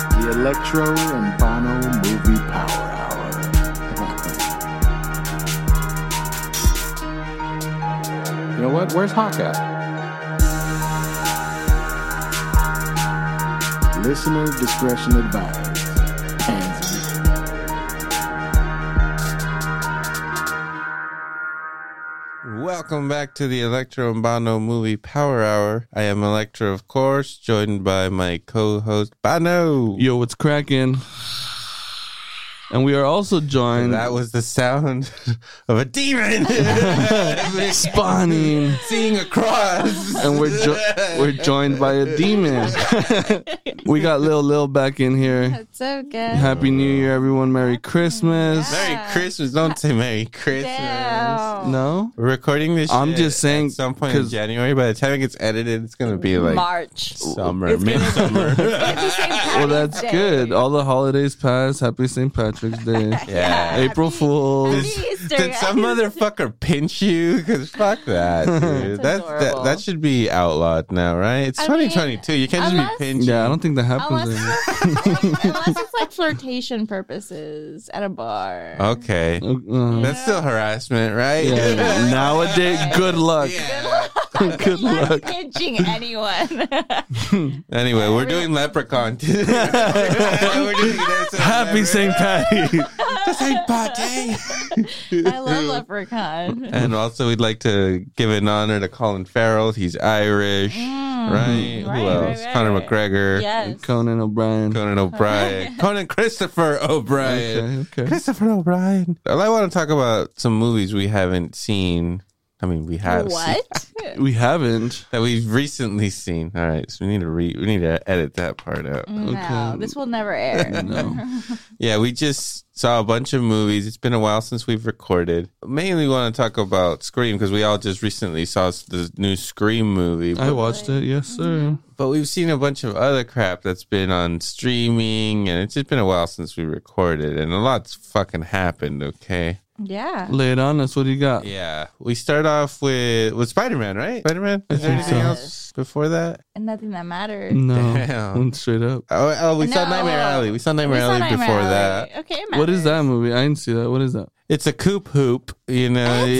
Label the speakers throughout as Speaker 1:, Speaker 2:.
Speaker 1: Electro and Bono Movie Power Hour. you know what? Where's Hawk at? Listener discretion advised. Hands in.
Speaker 2: Welcome back to the Electro and Bono Movie Power Hour. I am Electro, of course, joined by my co-host Bono.
Speaker 3: Yo, what's cracking? And we are also joined
Speaker 2: That was the sound of a demon
Speaker 3: spawning,
Speaker 2: seeing a cross.
Speaker 3: and we're jo- we're joined by a demon. we got Lil Lil back in here.
Speaker 4: That's so good.
Speaker 3: Happy New Year, everyone! Merry Christmas.
Speaker 2: Merry Christmas! Don't say Merry Christmas.
Speaker 4: Damn.
Speaker 3: No,
Speaker 2: We're recording this.
Speaker 3: I'm
Speaker 2: shit
Speaker 3: just saying,
Speaker 2: at some point in
Speaker 3: 'cause-
Speaker 2: January. By the time it gets edited, it's gonna be like
Speaker 4: March.
Speaker 2: summer, midsummer.
Speaker 4: It's the same
Speaker 3: well
Speaker 4: Patty's
Speaker 3: that's
Speaker 4: Day.
Speaker 3: good. All the holidays pass. Happy St. Patrick's Day.
Speaker 2: yeah.
Speaker 3: April Fools.
Speaker 4: Happy Easter,
Speaker 2: Did some
Speaker 4: guys.
Speaker 2: motherfucker pinch you? Because fuck that, dude. That's that,
Speaker 4: adorable.
Speaker 2: that should be outlawed now, right? It's
Speaker 4: I mean,
Speaker 2: 2022. you can't just
Speaker 4: unless-
Speaker 2: be pinched.
Speaker 3: Yeah, I don't think that happens.
Speaker 4: Unless,
Speaker 3: anymore.
Speaker 4: unless it's like flirtation purposes at a bar.
Speaker 3: Oh,
Speaker 2: Okay,
Speaker 3: Uh,
Speaker 2: that's still harassment, right?
Speaker 3: yeah. Nowadays, good luck.
Speaker 2: Yeah.
Speaker 3: good
Speaker 4: Not
Speaker 3: luck.
Speaker 4: pinching anyone.
Speaker 2: Anyway, we're doing leprechaun. we're doing this and
Speaker 3: Happy
Speaker 2: whatever.
Speaker 3: St. Patty.
Speaker 2: Just like party.
Speaker 4: I love leprechaun.
Speaker 2: And also, we'd like to give an honor to Colin Farrell. He's Irish, right?
Speaker 4: Mm. right,
Speaker 2: Who
Speaker 4: right,
Speaker 2: else?
Speaker 4: right,
Speaker 2: Conor
Speaker 4: right.
Speaker 2: McGregor,
Speaker 4: Yes.
Speaker 3: Conan O'Brien.
Speaker 2: Conan O'Brien, Conan Christopher O'Brien.
Speaker 3: Okay, okay.
Speaker 2: Christopher O'Brien. Well, I want to talk about some movies we haven't seen. I mean, we have seen-
Speaker 4: What?
Speaker 3: We haven't.
Speaker 2: that we've recently seen. All right, so we need to re- we need to edit that part out.
Speaker 4: Mm-hmm. No, this will never air.
Speaker 3: No.
Speaker 2: Yeah, we just saw a bunch of movies. It's been a while since we've recorded. Mainly, want to talk about Scream because we all just recently saw s- the new Scream movie.
Speaker 3: I
Speaker 2: But,
Speaker 3: watched it, yes, sir.
Speaker 2: but we've seen a bunch of other crap that's been on streaming, and it's just been a while since we recorded, and a lot's fucking happened. Okay.
Speaker 4: Yeah.
Speaker 3: Lay it on us. What do you got?
Speaker 2: Yeah, we start off with with Spider Man, right? Spider Man. Is there
Speaker 4: think
Speaker 2: anything
Speaker 4: so.
Speaker 2: else before that?
Speaker 4: And nothing that matters.
Speaker 3: No.
Speaker 2: Damn.
Speaker 3: Went straight up.
Speaker 2: Oh, oh we saw
Speaker 4: No.
Speaker 2: Nightmare Alley. We saw
Speaker 4: We
Speaker 2: Nightmare
Speaker 4: saw
Speaker 2: Alley
Speaker 4: Nightmare
Speaker 2: before
Speaker 4: Alley.
Speaker 2: that.
Speaker 4: Okay, it
Speaker 3: What is
Speaker 4: matters.
Speaker 3: that movie? I didn't see that. What is that?
Speaker 2: It's a coop hoop, you know.
Speaker 4: You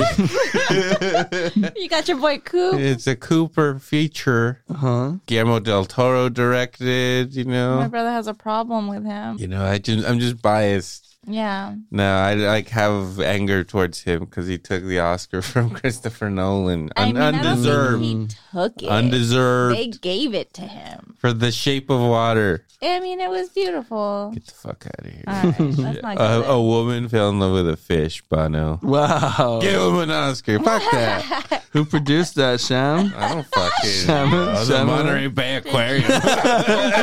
Speaker 4: got your boy Coop.
Speaker 2: it's a Cooper feature.
Speaker 3: Huh?
Speaker 2: Guillermo del Toro directed. You
Speaker 4: My
Speaker 2: know.
Speaker 4: brother has a problem with him.
Speaker 2: You know, I just I'm just biased.
Speaker 4: Yeah.
Speaker 2: No, I like have anger towards him because he took the Oscar from Christopher Nolan.
Speaker 4: I mean,
Speaker 2: Un- undeserved,
Speaker 4: I don't think he took it.
Speaker 2: undeserved
Speaker 4: They gave it to him.
Speaker 2: for The Shape of Water.
Speaker 4: I mean, it was beautiful.
Speaker 2: Get the fuck out of here.
Speaker 4: All right, let's not
Speaker 2: a,
Speaker 4: get
Speaker 2: a woman fell in love with a fish, Bono.
Speaker 3: Wow.
Speaker 2: Give him an Oscar. Fuck that.
Speaker 3: Who produced that, Sham?
Speaker 2: I don't fucking
Speaker 3: Salmon-
Speaker 2: know. The
Speaker 3: salmon.
Speaker 2: Monterey Bay Aquarium.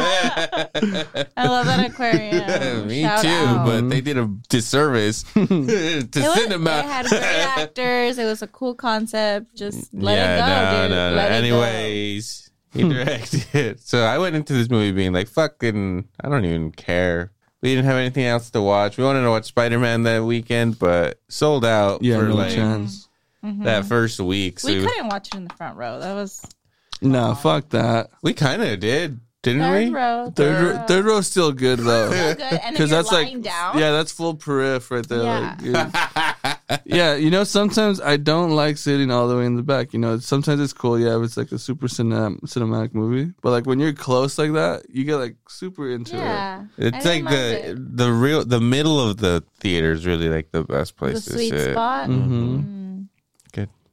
Speaker 4: it. I love that aquarium.
Speaker 2: Me
Speaker 4: Shout
Speaker 2: too,
Speaker 4: out.
Speaker 2: but they did a disservice to
Speaker 4: it was, It
Speaker 2: cinema.
Speaker 4: had great actors. It was a cool concept. Just let
Speaker 2: yeah,
Speaker 4: it go,
Speaker 2: no,
Speaker 4: dude.
Speaker 2: no, no.
Speaker 4: Let it go.
Speaker 2: Anyways,
Speaker 3: Hmm.
Speaker 2: he directed it. So I went into this movie being like, fucking, I don't even care. We didn't have anything else to watch. We wanted to watch Spider Man that weekend, but sold out
Speaker 3: Yeah,
Speaker 2: for
Speaker 3: no
Speaker 2: like
Speaker 3: chance.
Speaker 2: that first week. So
Speaker 4: Mm-hmm. Hmm. we couldn't watch it in the front row. That was
Speaker 3: No, fuck that.
Speaker 2: we kind of did, didn't
Speaker 4: third
Speaker 2: we?
Speaker 4: row.
Speaker 3: Third, row- third row's still good, though.
Speaker 4: row. Good. And then
Speaker 3: Because
Speaker 4: you're
Speaker 3: that's
Speaker 4: lying
Speaker 3: like,
Speaker 4: down.
Speaker 3: yeah, that's full perif right there.
Speaker 4: Yeah.
Speaker 3: Like, dude. yeah, you know, sometimes I don't like sitting all the way in the back. You know, sometimes it's cool, yeah, if it's like a super cinem- cinematic movie. But like when you're close like that, you get like super into it.
Speaker 4: Yeah. I
Speaker 2: It's
Speaker 4: didn't
Speaker 2: like the
Speaker 4: mind
Speaker 2: the real the middle of the theater is really like the best
Speaker 4: it. the
Speaker 2: place to
Speaker 4: sweet
Speaker 2: sit.
Speaker 4: spot.
Speaker 3: Mm-hmm.
Speaker 4: Mm.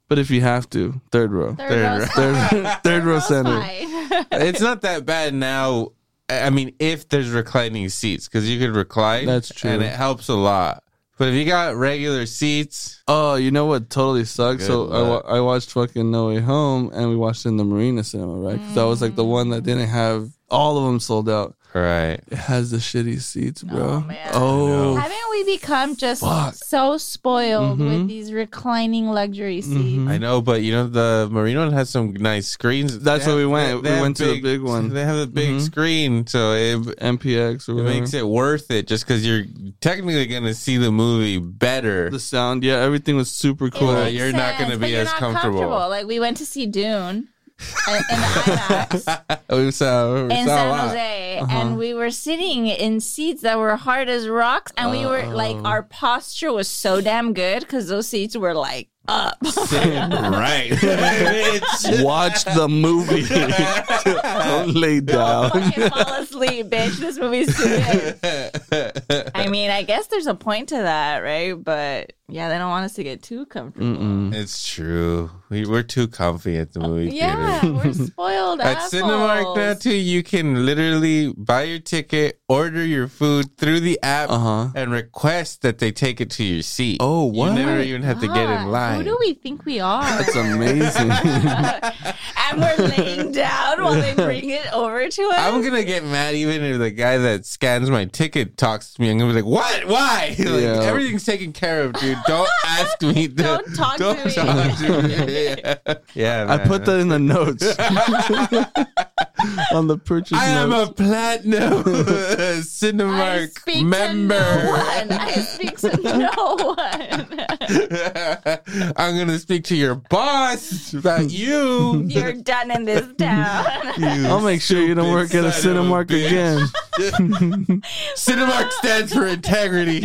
Speaker 3: But if you have to, third row.
Speaker 4: Third,
Speaker 2: Third
Speaker 4: row.
Speaker 2: row.
Speaker 3: Third, third row
Speaker 4: Row's
Speaker 3: center.
Speaker 4: fine.
Speaker 2: It's not that bad now. I I mean, if there's reclining seats, because you could recline.
Speaker 3: That's true.
Speaker 2: and it helps a lot. But if you got regular seats,
Speaker 3: Oh, you know what totally sucks? so
Speaker 2: Good
Speaker 3: I,
Speaker 2: luck.
Speaker 3: wa- I watched fucking No Way Home and we watched it in the Marina Cinema, right? Because that was like the one that didn't have all of them sold out.
Speaker 2: right?
Speaker 3: It has the shitty seats, bro.
Speaker 4: man.
Speaker 3: Oh,
Speaker 4: Haven't we become just
Speaker 3: Fuck.
Speaker 4: so spoiled
Speaker 3: Mhm.
Speaker 2: Mm-hmm.
Speaker 4: with these reclining luxury seats?
Speaker 3: Mhm.
Speaker 2: I know, but you know the Marino has some nice screens.
Speaker 3: That's
Speaker 2: They
Speaker 3: where we
Speaker 2: have-
Speaker 3: went. We
Speaker 2: have
Speaker 3: went to the big one.
Speaker 2: They have a big Mm-hmm.
Speaker 3: Mhm.
Speaker 2: screen, so it,
Speaker 3: MPX or
Speaker 2: it
Speaker 3: whatever.
Speaker 2: makes it worth it. Just because you're technically gonna see the movie better.
Speaker 3: the sound, yeah, everything was super
Speaker 4: It
Speaker 3: cool.
Speaker 4: makes
Speaker 2: you're not gonna
Speaker 4: sense,
Speaker 2: be
Speaker 4: but you're
Speaker 2: as
Speaker 4: not
Speaker 2: comfortable.
Speaker 4: Like we went to see Dune in, in the IMAX
Speaker 2: we saw, we
Speaker 3: Oh,
Speaker 2: saw
Speaker 4: in
Speaker 2: a
Speaker 3: uh,
Speaker 4: San
Speaker 2: lot. Uh-huh.
Speaker 4: Jose, and we were sitting in seats that were hard as rocks, and we were like,
Speaker 2: Oh.
Speaker 4: our posture was so damn good because those seats were like up.
Speaker 2: right. Bitch.
Speaker 3: Watch the movie. Don't lay
Speaker 2: Oh.
Speaker 3: down.
Speaker 4: Fucking fall asleep, bitch. This movie's too big. I mean, I guess there's a point to that, right? But yeah, they don't want us to get too comfortable.
Speaker 3: Mm-mm.
Speaker 2: it's true. We, we're too comfy at the movie
Speaker 4: Yeah,
Speaker 2: theater.
Speaker 4: we're spoiled
Speaker 2: At
Speaker 4: assholes.
Speaker 2: Cinemark now too, you can literally buy your ticket, order your food through the app,
Speaker 3: Uh-huh.
Speaker 2: and request that they take it to your seat.
Speaker 3: Oh,
Speaker 2: You
Speaker 3: what?
Speaker 2: never even have to get
Speaker 4: God,
Speaker 2: in line.
Speaker 4: Who do we think we are?
Speaker 3: That's amazing.
Speaker 4: and we're laying down while they bring it over to us.
Speaker 2: I'm gonna get mad even if the guy that scans my ticket talks to me. I'm gonna be like, "What? Why? Like,
Speaker 3: Yeah.
Speaker 2: Everything's taken care of, dude. Don't ask me. to-
Speaker 4: Don't talk to
Speaker 2: don't
Speaker 4: me."
Speaker 2: talk to me." yeah,
Speaker 3: I
Speaker 2: man.
Speaker 3: put that in the notes on the purchase
Speaker 2: I am
Speaker 3: notes.
Speaker 2: a platinum
Speaker 4: I
Speaker 2: Cinemark
Speaker 4: speak to no
Speaker 2: member.
Speaker 4: one. I speak to no one.
Speaker 2: I'm gonna speak to your boss about you.
Speaker 4: You're done in this town.
Speaker 2: You
Speaker 3: I'll make sure you don't work
Speaker 2: stupid
Speaker 3: at a
Speaker 2: son of
Speaker 3: Cinemark
Speaker 2: bitch.
Speaker 3: again.
Speaker 2: Cinemark stands for integrity,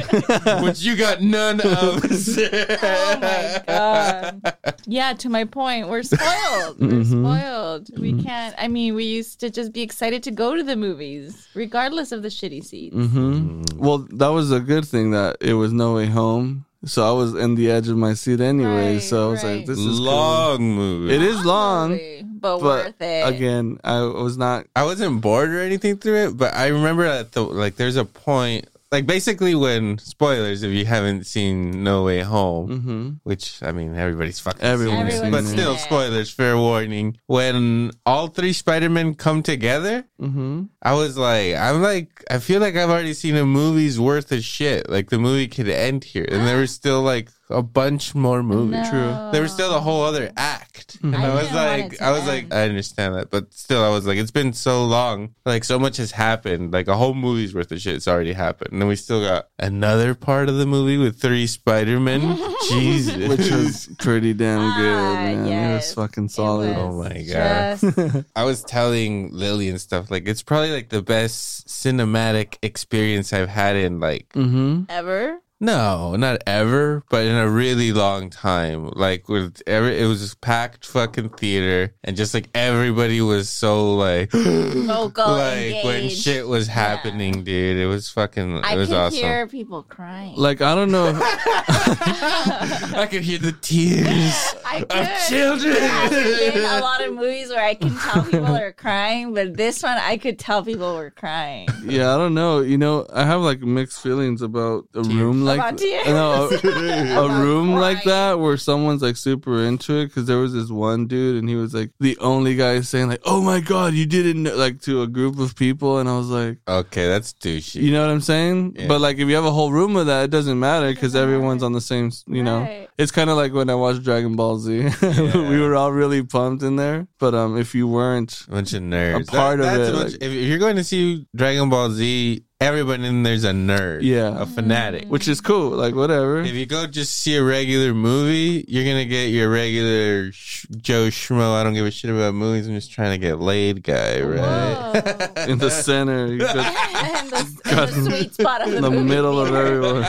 Speaker 2: which you got none of.
Speaker 4: Oh my god. Yeah, to my point, we're spoiled. We're
Speaker 2: Mm-hmm.
Speaker 4: spoiled. We can't. I mean, we used to just be excited to go to the movies, regardless of the shitty
Speaker 2: Mm-hmm.
Speaker 4: seats.
Speaker 3: hmm
Speaker 2: Mm.
Speaker 3: Well, that was a good thing that it was No Way Home. So I was in the edge of my seat anyway.
Speaker 4: Right,
Speaker 3: so I was
Speaker 4: right.
Speaker 3: like, this is cool.
Speaker 2: Long movie.
Speaker 3: It is long,
Speaker 4: Movie, but,
Speaker 3: but
Speaker 4: worth it.
Speaker 3: again, I was not.
Speaker 2: I wasn't bored or anything through it, but I remember at the like there's a point like basically when spoilers if you haven't seen No Way Home,
Speaker 3: hmm
Speaker 2: which I mean everybody's fucking
Speaker 3: Everyone's
Speaker 2: seen it,
Speaker 3: seen
Speaker 2: but
Speaker 3: it.
Speaker 2: still spoilers fair warning. When all three Spider-Men come together,
Speaker 3: hmm
Speaker 2: I was like I'm like I feel like I've already seen a movie's worth of shit. Like the movie could end here and there was still like a bunch more movies.
Speaker 4: No. Hmm.
Speaker 2: There was still a whole other act. And I,
Speaker 4: I
Speaker 2: was
Speaker 4: didn't want it
Speaker 2: like,
Speaker 4: to
Speaker 2: I was
Speaker 4: end.
Speaker 2: like, I understand that. But still, I was like, it's been so long. Like, so much has happened. Like, a whole movie's worth of shit's already happened. And then we still got another part of the movie with three Spider-Men. Jesus.
Speaker 3: Which was pretty damn good,
Speaker 4: Ah,
Speaker 3: man. It was
Speaker 4: yes.
Speaker 3: fucking
Speaker 4: It
Speaker 3: solid.
Speaker 2: Oh
Speaker 4: was
Speaker 2: my God.
Speaker 4: just-
Speaker 2: I was telling Lily and stuff, like, it's probably like the best cinematic experience I've had in like
Speaker 3: hmm
Speaker 4: ever.
Speaker 2: No, not ever, but in a really long time. Like with every, it was just packed fucking theater, and just like everybody was so like,
Speaker 4: Vocal,
Speaker 2: like when
Speaker 4: engaged.
Speaker 2: shit was happening, dude. It was fucking, it
Speaker 4: I
Speaker 2: was
Speaker 4: could
Speaker 2: awesome.
Speaker 4: hear people crying.
Speaker 3: Like, I don't know. If,
Speaker 2: I could hear the tears
Speaker 4: I
Speaker 2: of
Speaker 4: could. I've been in a
Speaker 2: children.
Speaker 4: lot of movies where I can tell people are crying, but this one I could tell people were crying.
Speaker 3: yeah, I don't know. You know, I have like mixed feelings about a room like
Speaker 4: About tears.
Speaker 3: no, a, a
Speaker 4: About
Speaker 3: room like
Speaker 4: crying.
Speaker 3: that where someone's like super into it. Because there was this one dude, and he was like the only guy saying like, "Oh my god, you didn't know," like to a group of people, and I was like.
Speaker 2: okay, that's douchey.
Speaker 3: You know what I'm saying?
Speaker 2: Yeah.
Speaker 3: But like, if you have a whole room of that, it doesn't matter because everyone's on the same. s- You know,
Speaker 4: Right.
Speaker 3: it's kind of like when I watched Dragon Ball Z. we were all really pumped in there, but um, if you weren't,
Speaker 2: bunch of nerds.
Speaker 3: A part of
Speaker 2: that's
Speaker 3: it,
Speaker 2: a bunch-
Speaker 3: like-
Speaker 2: if you're going to see Dragon Ball Z, everyone in there's a nerd,
Speaker 3: Yeah.
Speaker 2: a fanatic,
Speaker 3: which is cool, like whatever.
Speaker 2: If you go just see a regular movie, you're gonna get your regular sh- Joe Schmo. I don't give a shit about movies. I'm just trying to get laid, guy. Right?
Speaker 4: Whoa.
Speaker 3: in the center, you just
Speaker 4: and the, and the sweet spot of the,
Speaker 3: in the
Speaker 4: movie
Speaker 3: middle of
Speaker 4: theater.
Speaker 3: everyone.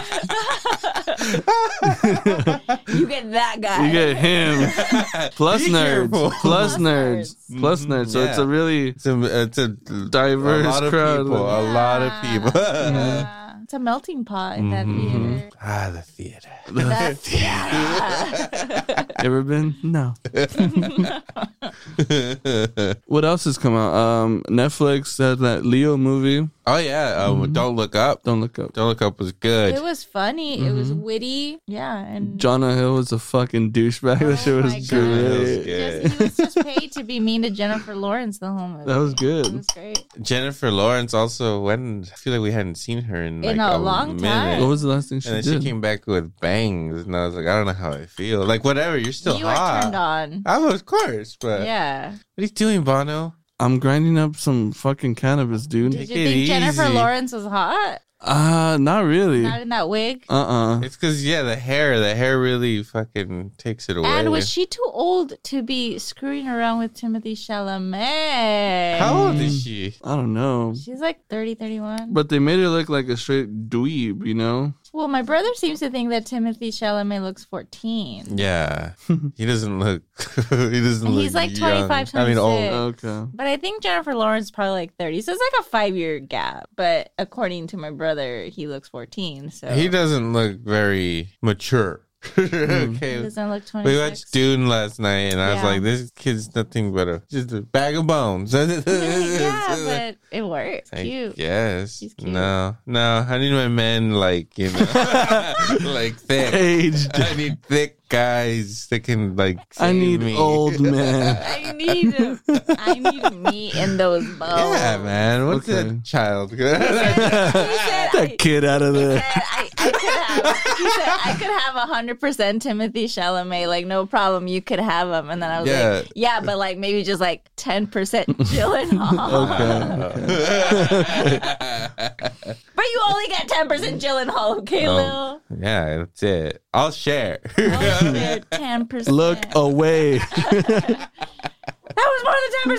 Speaker 4: You get that guy.
Speaker 3: You get him. Plus
Speaker 2: Be
Speaker 3: nerds.
Speaker 2: careful. Mm-hmm.
Speaker 3: Plus nerds. Plus nerds. So it's
Speaker 2: yeah.
Speaker 3: a really
Speaker 2: It's a it's a
Speaker 3: diverse
Speaker 2: a lot of
Speaker 3: crowd. Mm-hmm.
Speaker 2: people. A lot of people.
Speaker 4: Yeah. It's a melting pot in that theater.
Speaker 2: ah, the theater.
Speaker 4: That theater.
Speaker 3: Ever been? No. what else has come out? Um, Netflix had that Leo movie.
Speaker 2: oh yeah. Um,
Speaker 3: Mm-hmm.
Speaker 2: Don't look up.
Speaker 3: Don't look up.
Speaker 2: Don't look up was good.
Speaker 4: it was funny. It
Speaker 2: Mm-hmm.
Speaker 4: was witty. Yeah. And
Speaker 3: Jonah Hill was a fucking douchebag. that shit
Speaker 4: Oh my
Speaker 3: was
Speaker 4: God.
Speaker 2: Jonah
Speaker 3: great.
Speaker 2: Hill's
Speaker 4: Just-
Speaker 2: good.
Speaker 4: he was just paid to be mean to Jennifer Lawrence the whole movie.
Speaker 3: That was
Speaker 4: It
Speaker 3: good.
Speaker 4: was great.
Speaker 2: Jennifer Lawrence also. When I feel like we hadn't seen her in like
Speaker 4: In a long time.
Speaker 2: minute.
Speaker 3: What was the last thing she
Speaker 2: And then
Speaker 3: did?
Speaker 2: she came back with bangs, and I was like, I don't know how I feel. Like, whatever, you're still
Speaker 4: you
Speaker 2: hot.
Speaker 4: were turned on.
Speaker 2: I was, of course, but
Speaker 4: Yeah.
Speaker 2: what are you doing, Bono?
Speaker 3: I'm grinding up some fucking cannabis, dude.
Speaker 4: Did you
Speaker 2: it
Speaker 4: think Jennifer
Speaker 2: easy.
Speaker 4: Lawrence was hot?
Speaker 3: Uh, not really.
Speaker 4: Not in that wig.
Speaker 3: Uh uh
Speaker 2: It's because yeah, the hair, the hair really fucking takes it away.
Speaker 4: And was she too old to be screwing around with Timothy Chalamet?
Speaker 2: How old is she?
Speaker 3: I don't know.
Speaker 4: She's like 30, 31.
Speaker 3: But they made her look like a straight dweeb, you know?
Speaker 4: well, my brother seems to think that Timothy Chalamet looks 14.
Speaker 2: Yeah, he doesn't look. he doesn't look.
Speaker 4: He's like
Speaker 2: young.
Speaker 4: 25,
Speaker 2: I mean, old.
Speaker 4: 26.
Speaker 3: Okay.
Speaker 4: But I think Jennifer Lawrence is probably like 30. So it's like a five year gap. But according to my brother, he looks 14. So
Speaker 2: He doesn't look very mature.
Speaker 4: He
Speaker 2: okay.
Speaker 4: doesn't look 26.
Speaker 2: We watched Dune last night, and I was
Speaker 4: Yeah.
Speaker 2: like, "This kid's nothing but a just a bag of bones."
Speaker 4: yeah, but it works. Cute.
Speaker 2: Yes.
Speaker 4: She's cute.
Speaker 2: No, no. I need my men like you know, like thick.
Speaker 3: Aged.
Speaker 2: I need thick guys that can like.
Speaker 3: I
Speaker 2: save
Speaker 3: need
Speaker 2: me.
Speaker 3: old man.
Speaker 4: I need I need me in those bones.
Speaker 2: Yeah, man. What's
Speaker 3: Okay.
Speaker 2: that child?
Speaker 4: I-
Speaker 3: that kid out of
Speaker 4: He
Speaker 3: there.
Speaker 4: said I, I could have. He said I could have hundred percent Timothy Chalamet. Like no problem, you could have him. And then I was
Speaker 2: Yeah.
Speaker 4: like, yeah, but like maybe just like ten percent Gyllenhaal.
Speaker 3: Okay.
Speaker 4: But you only get ten percent Gyllenhaal, okay, Lil?
Speaker 2: Oh, yeah, that's it. I'll share.
Speaker 4: Ten percent.
Speaker 3: Look away.
Speaker 4: that was more than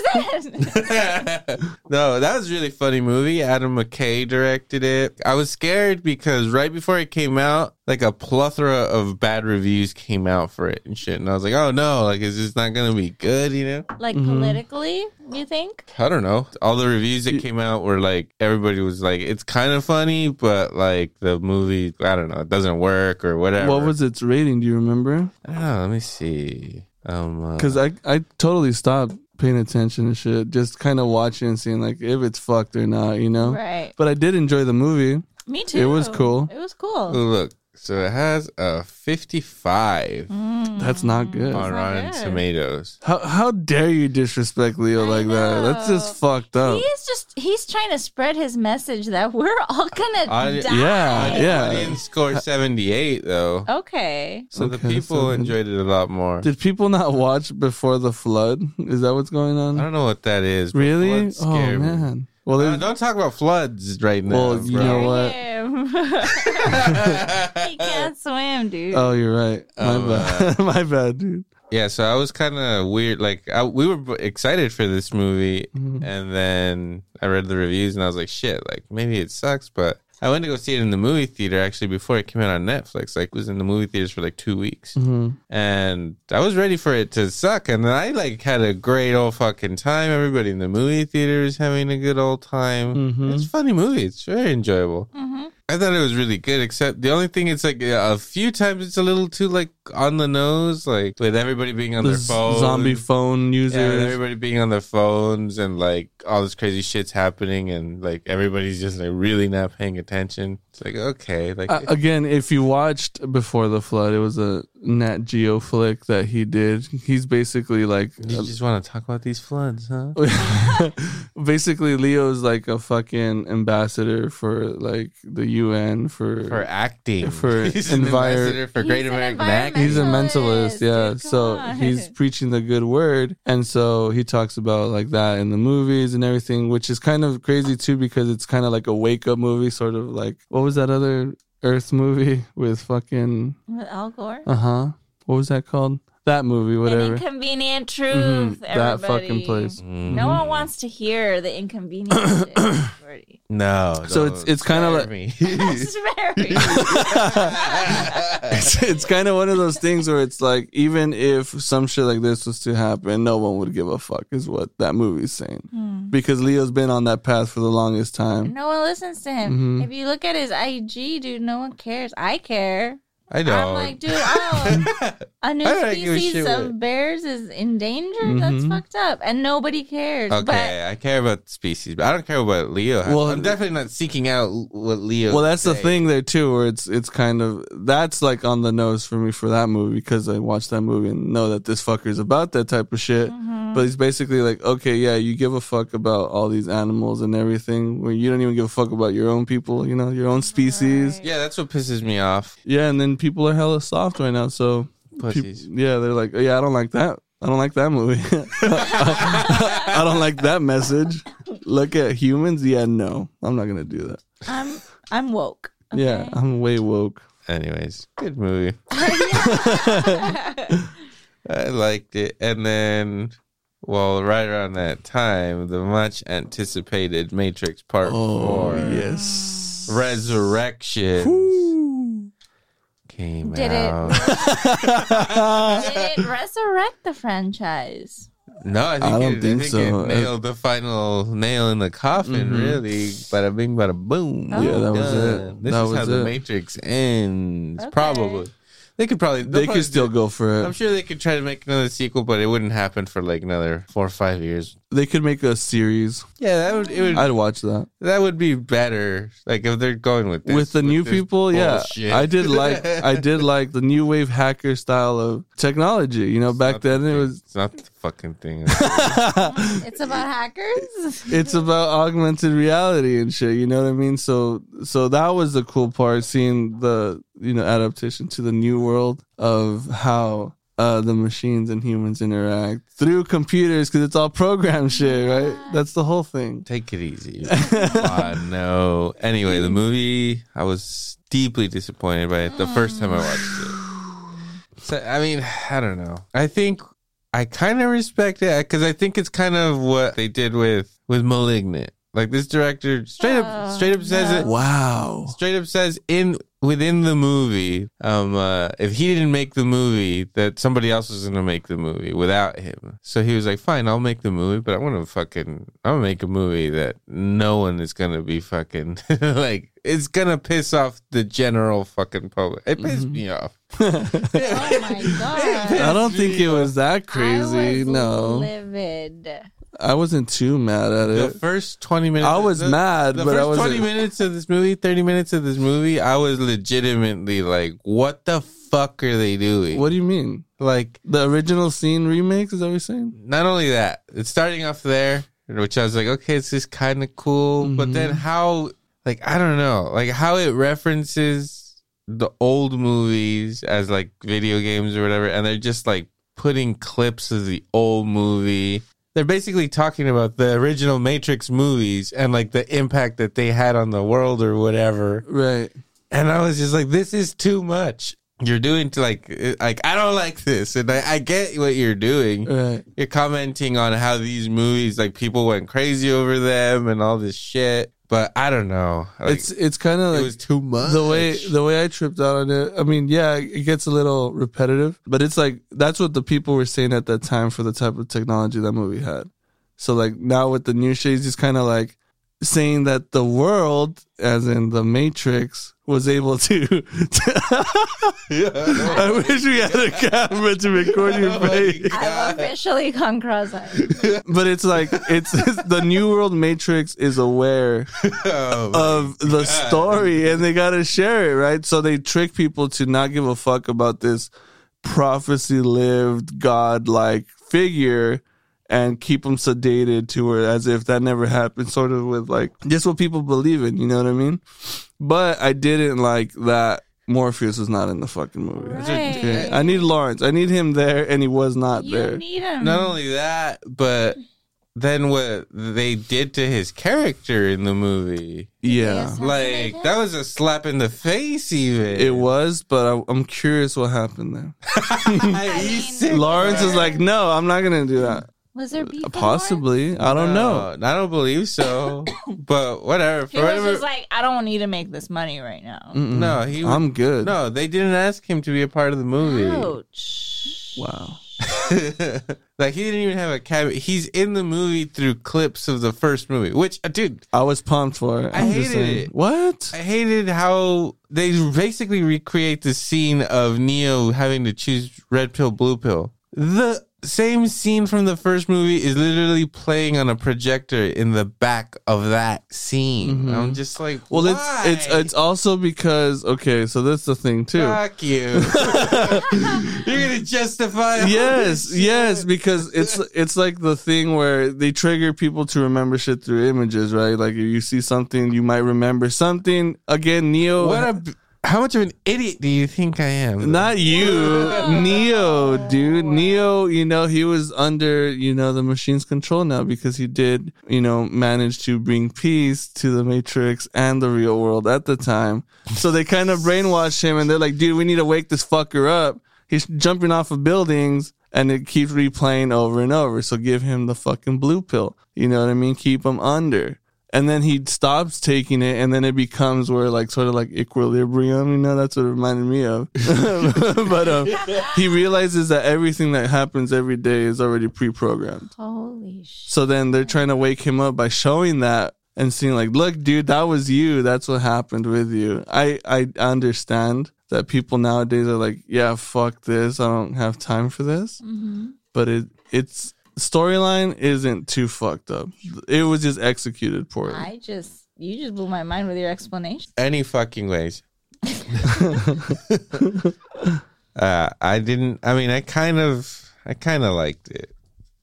Speaker 4: ten percent.
Speaker 2: no, that was a really funny movie. Adam McKay directed it. I was scared because right before it came out, like a plethora of bad reviews came out for it and shit. And I was like, oh no, like is this not gonna be good, you know?
Speaker 4: like politically, you think?
Speaker 2: I don't know. All the reviews that came out were like everybody was like, it's kind of funny, but like the movie, I don't know, it doesn't work or whatever.
Speaker 3: what was its rating? Do you remember?
Speaker 2: I don't know. Let me see. Um, uh,
Speaker 3: Because I, I totally stopped paying attention and shit. Just kind of watching and seeing like if it's fucked or not, you know?
Speaker 4: Right.
Speaker 3: But I did enjoy the movie.
Speaker 4: Me too.
Speaker 3: It was cool.
Speaker 4: It was cool.
Speaker 2: oh, look, so it has a 55
Speaker 3: Mm,
Speaker 4: Mm.
Speaker 3: That's not good.
Speaker 2: on Rotten
Speaker 4: good.
Speaker 2: Tomatoes.
Speaker 3: How how dare you disrespect Leo
Speaker 4: I
Speaker 3: like that? That's just fucked up.
Speaker 4: He's just—he's trying to spread his message that we're all gonna
Speaker 2: I-
Speaker 4: die.
Speaker 3: Yeah,
Speaker 2: I
Speaker 3: yeah.
Speaker 2: didn't score 78 though.
Speaker 3: Oh.
Speaker 4: Okay.
Speaker 2: So the
Speaker 3: Okay,
Speaker 2: people
Speaker 3: so-
Speaker 2: enjoyed it a lot more.
Speaker 3: Did people not watch before the flood? Is that what's going
Speaker 2: I
Speaker 3: on?
Speaker 2: don't know what that is. but
Speaker 3: Really?
Speaker 2: floods
Speaker 3: Oh
Speaker 2: scare me.
Speaker 3: man. Well,
Speaker 2: Uh,
Speaker 3: there's,
Speaker 2: don't talk about floods right now.
Speaker 3: Well, you
Speaker 2: bro.
Speaker 3: know what?
Speaker 4: Him. he can't swim, dude.
Speaker 3: oh, you're right. My
Speaker 2: Oh,
Speaker 3: bad. My bad, dude.
Speaker 2: Yeah, so I was kind of weird. Like I, we were b- excited for this movie, and then I read the reviews, and I was like, "Shit! Like maybe it sucks." But I went to go see it in the movie theater actually before it came out on Netflix. Like was in the movie theaters for like two weeks,
Speaker 3: Mm-hmm.
Speaker 2: and I was ready for it to suck. And then I like had a great old fucking time. Everybody in the movie theater is having a good old time.
Speaker 3: Mm-hmm.
Speaker 2: It's a funny movie. It's very enjoyable.
Speaker 4: Mm-hmm.
Speaker 2: I thought it was really good, except the only thing it's like uh, a few times it's a little too like on the nose, like with everybody being on
Speaker 3: The
Speaker 2: their
Speaker 3: z-
Speaker 2: phone,
Speaker 3: zombie phone
Speaker 2: yeah, with
Speaker 3: users.
Speaker 2: everybody being on their phones and like all this crazy shit's happening, and like everybody's just like really not paying attention. It's like okay, like
Speaker 3: Uh, again, if you watched Before the Flood, it was a Nat Geo flick that he did. He's basically like
Speaker 2: you just want to talk about these floods, huh?
Speaker 3: uh, basically Leo's like a fucking ambassador for like the UN
Speaker 2: For acting,
Speaker 3: For
Speaker 2: He's an
Speaker 3: envir-
Speaker 2: ambassador for Great
Speaker 4: He's an
Speaker 2: American
Speaker 4: environment-
Speaker 2: Acting.
Speaker 3: he's a mentalist
Speaker 4: Mentalist,
Speaker 3: yeah
Speaker 4: dude, come
Speaker 3: so
Speaker 4: on.
Speaker 3: he's preaching the good word and so he talks about like that in the movies and everything which is kind of crazy too because it's kind of like a wake-up movie sort of like what was that other earth movie with fucking
Speaker 4: With Al Gore.
Speaker 3: uh-huh what was that called that movie
Speaker 4: An
Speaker 3: whatever
Speaker 4: inconvenient
Speaker 3: Mhm,
Speaker 4: truth.
Speaker 3: that
Speaker 4: everybody.
Speaker 3: fucking place
Speaker 2: Mm,
Speaker 3: Mm-hmm.
Speaker 4: No one wants to hear the inconvenient. shit, everybody.
Speaker 2: No,
Speaker 3: So it's-
Speaker 2: don't
Speaker 3: it's kinda
Speaker 2: scare
Speaker 3: like-
Speaker 2: me.
Speaker 4: That's very.
Speaker 3: it's, it's kind of one of those things where it's like even if some shit like this was to happen no one would give a fuck is what that movie's saying because leo's been on that path for the longest time
Speaker 4: No one listens to him.
Speaker 3: Mm-hmm.
Speaker 4: If you look at his IG, dude, no one cares. I care.
Speaker 2: I don't.
Speaker 4: I'm like, dude, oh, a new
Speaker 2: I don't give a
Speaker 4: species
Speaker 2: shit
Speaker 4: of
Speaker 2: what-
Speaker 4: bears is endangered. That's
Speaker 3: Mm-hmm.
Speaker 4: fucked up, and nobody cares.
Speaker 2: Okay,
Speaker 4: But
Speaker 2: I care about species, but I don't care about Leo. has.
Speaker 3: Well-
Speaker 2: I'm definitely not seeking out what Leo.
Speaker 3: Well, that's the
Speaker 2: say.
Speaker 3: thing there too, where it's it's kind of that's like on the nose for me for that movie because I watched that movie and know that this fucker is about that type of shit. But he's basically like, okay, yeah, you give a fuck about all these animals and everything, where you don't even give a fuck about your own people, you know, your own species.
Speaker 2: Yeah, that's what pisses me off.
Speaker 3: Yeah, and then people are hella soft right now, so peop-
Speaker 2: Pussies.
Speaker 3: yeah, they're like, yeah, I don't like that. I don't like that movie. I don't like that message. Look at humans. Yeah, no, I'm not gonna do that.
Speaker 4: I'm I'm woke.
Speaker 3: Yeah, I'm way woke.
Speaker 2: Anyways, good movie. I liked it. And then, well, right around that time, the much anticipated Matrix Part
Speaker 3: Oh
Speaker 2: 4
Speaker 3: yes.
Speaker 2: Resurrection came
Speaker 4: Did
Speaker 2: out.
Speaker 4: it did it resurrect the franchise?
Speaker 2: No, I think,
Speaker 3: I don't
Speaker 2: it,
Speaker 3: think
Speaker 2: I think
Speaker 3: so.
Speaker 2: it nailed the final nail in the coffin,
Speaker 3: Mhm.
Speaker 2: really. Bada bing, bada boom.
Speaker 4: Yeah,
Speaker 2: We're
Speaker 3: Oh. that was it.
Speaker 2: done. This
Speaker 3: That
Speaker 2: is how
Speaker 3: was
Speaker 2: the
Speaker 3: it.
Speaker 2: Matrix ends,
Speaker 4: Okay.
Speaker 2: probably. They could probably they'll
Speaker 3: They
Speaker 2: probably
Speaker 3: could still
Speaker 2: do-
Speaker 3: go for
Speaker 2: I'm
Speaker 3: it.
Speaker 2: sure they could try to make another sequel, but it wouldn't happen for like another four or five years.
Speaker 3: They could make a series.
Speaker 2: Yeah, that would it would
Speaker 3: I'd watch that.
Speaker 2: that would be better. Like if they're going with this,
Speaker 3: with the new
Speaker 2: this
Speaker 3: people yeah
Speaker 2: bullshit.
Speaker 3: i did like i did like the new wave hacker style of technology you know back
Speaker 2: Not the
Speaker 3: then it
Speaker 2: thing.
Speaker 3: was
Speaker 2: It's not the fucking thing.
Speaker 4: It's about hackers.
Speaker 3: it's about augmented reality and shit you know what i mean so so that was the cool part seeing the you know adaptation to the new world of how uh, the machines and humans interact through computers because it's all program shit, right? That's the whole thing.
Speaker 2: Take it easy. Ah, no. Anyway, the movie I was deeply disappointed by it the first time I watched it. So I mean, I don't know. I think I kind of respect it because I think it's kind of what they did with with Malignant. Like this director straight up
Speaker 4: Oh,
Speaker 2: straight up says
Speaker 4: no.
Speaker 2: it.
Speaker 3: Wow.
Speaker 2: straight up says in within the movie um uh, if he didn't make the movie that somebody else was gonna make the movie without him so he was like fine i'll make the movie but i want to fucking i'm gonna make a movie that no one is gonna be fucking like it's gonna piss off the general fucking public it pissed
Speaker 3: Mm-hmm.
Speaker 2: me off
Speaker 4: Oh my god.
Speaker 3: I don't think it was that
Speaker 4: I
Speaker 3: crazy.
Speaker 4: was
Speaker 3: No,
Speaker 4: Livid.
Speaker 3: I wasn't too mad at
Speaker 2: the
Speaker 3: it.
Speaker 2: first 20 minutes
Speaker 3: I was
Speaker 2: the-
Speaker 3: mad,
Speaker 2: the
Speaker 3: but I
Speaker 2: first
Speaker 3: was
Speaker 2: 20 minutes of this movie 30 minutes of this movie i was legitimately like what the fuck are they doing
Speaker 3: What do you mean?
Speaker 2: like
Speaker 3: The original scene remakes? Is that what you're saying?
Speaker 2: not only that, it's starting off there, which I was like, okay, it's just kind of cool. But then how, like, I don't know, like how it references the old movies as like video games or whatever, and they're just like putting clips of the old movie. They're basically talking about the original Matrix movies and like the impact that they had on the world or whatever.
Speaker 3: Right.
Speaker 2: And I was just like, this is too much. You're doing to like, it- like I don't like this, and I, I get what you're doing
Speaker 3: Right.
Speaker 2: you're commenting on how these movies like people went crazy over them and all this shit but i don't know Like,
Speaker 3: it's it's kind of
Speaker 2: it
Speaker 3: like
Speaker 2: was too much
Speaker 3: the way the way I tripped out on it. I mean, yeah, it gets a little repetitive, but it's like that's what the people were saying at that time for the type of technology that movie had. So like now with the new shades, just kind of like saying that the world, as in the Matrix, was able to. I wish we had a camera to record
Speaker 2: Oh
Speaker 3: your face.
Speaker 4: I've officially gone cross-eyed.
Speaker 3: But it's like it's, it's the New World Matrix is aware
Speaker 2: um,
Speaker 3: of the story and they gotta share it, right? So they trick people to not give a fuck about this prophecy lived god like figure and keep them sedated to where as if that never happened, sort of with like just what people believe in, you know what I mean? But I didn't like that Morpheus was not in the fucking movie. Okay. I need Lawrence. I need him there and he was not
Speaker 4: you
Speaker 3: there.
Speaker 4: need him.
Speaker 2: not only that but then what they did to his character in the movie
Speaker 3: yeah.
Speaker 2: like that was a slap in the face even
Speaker 3: It was, but I, I'm curious what happened there.
Speaker 2: He said-
Speaker 3: Lawrence is like, no, I'm not gonna do that.
Speaker 4: Was there beef? with Lawrence?
Speaker 3: Possibly, I don't know.
Speaker 2: No, i don't believe so but whatever
Speaker 4: He
Speaker 2: for
Speaker 4: was
Speaker 2: whatever
Speaker 4: just like, I don't need to make this money right now.
Speaker 2: no he
Speaker 3: Mm. I'm good.
Speaker 2: no they didn't ask him to be a part of the movie
Speaker 4: Ouch.
Speaker 3: Mm-hmm. Wow.
Speaker 2: like he didn't even have a cabin. He's in the movie through clips of the first movie, which uh, dude,
Speaker 3: I was pumped for it.
Speaker 2: I
Speaker 3: I'm just
Speaker 2: hated
Speaker 3: saying.
Speaker 2: it.
Speaker 3: What?
Speaker 2: I hated how they basically recreate the scene of Neo having to choose red pill, blue pill. The same scene from the first movie is literally playing on a projector in the back of that scene. I'm just like,
Speaker 3: Mm-hmm. well,
Speaker 2: why?
Speaker 3: it's it's it's also because okay, so that's the thing too.
Speaker 2: fuck you. You're gonna justify. all
Speaker 3: yes,
Speaker 2: this shit.
Speaker 3: yes, because it's it's like the thing where they trigger people to remember shit through images, right? Like if you see something, you might remember something. Again, Neo
Speaker 2: What a How much of an idiot do you think I am?
Speaker 3: Not you, Neo, dude. Neo, you know, he was under, you know, the machine's control now because he did, you know, manage to bring peace to the Matrix and the real world at the time. So they kind of brainwashed him and they're like, dude, we need to wake this fucker up. He's jumping off of buildings and it keeps replaying over and over. So give him the fucking blue pill. You know what I mean? Keep him under and then he stops taking it and then it becomes where like sort of like equilibrium you know that's what it reminded me of but um, he realizes that everything that happens every day is already pre-programmed
Speaker 4: Holy shit.
Speaker 3: so then they're trying to wake him up by showing that and seeing like look dude that was you that's what happened with you i i understand that people nowadays are like yeah fuck this i don't have time for this but it it's storyline isn't too fucked up it was just executed poorly
Speaker 4: I just, you just blew my mind with your explanation.
Speaker 2: Any fucking ways. uh, I didn't. I mean, I kind of, I kind of liked it.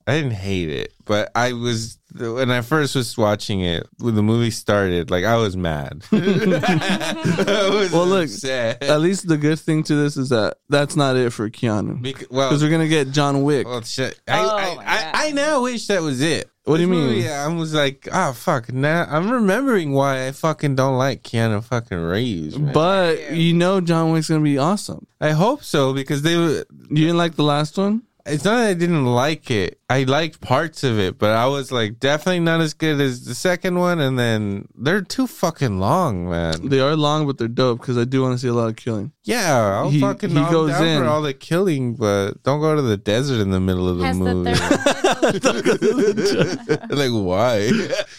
Speaker 2: I didn't hate it, but I was when I first was watching it when the movie started. Like I was mad. I was
Speaker 3: Well, look, uh,
Speaker 2: upset.
Speaker 3: at least the good thing to this is that that's not it for Keanu.
Speaker 2: Bec- well,
Speaker 3: Because we're gonna get John Wick.
Speaker 2: Well, shit. I,
Speaker 4: Oh,
Speaker 2: I,
Speaker 4: my
Speaker 2: I,
Speaker 4: God.
Speaker 2: I now wish that was it.
Speaker 3: What do you mean?
Speaker 2: Yeah, I was like, ah, fuck. Now I'm remembering why I fucking don't like Keanu fucking Reeves. man.
Speaker 3: But you know John Wick's gonna be awesome.
Speaker 2: I hope so because they. were-
Speaker 3: You didn't like the last one?
Speaker 2: It's not that I didn't like it. I liked parts of it, but I was like, definitely not as good as the second one. And then they're too fucking long, man.
Speaker 3: They are long, but they're dope because I do want to see a lot of killing.
Speaker 2: Yeah, I'll
Speaker 3: He-
Speaker 2: fucking
Speaker 3: he
Speaker 2: knock
Speaker 3: goes
Speaker 2: down
Speaker 3: in.
Speaker 2: for all the killing, but don't go to the desert in the middle of the
Speaker 4: Has the
Speaker 2: movie.
Speaker 4: third
Speaker 2: like, why?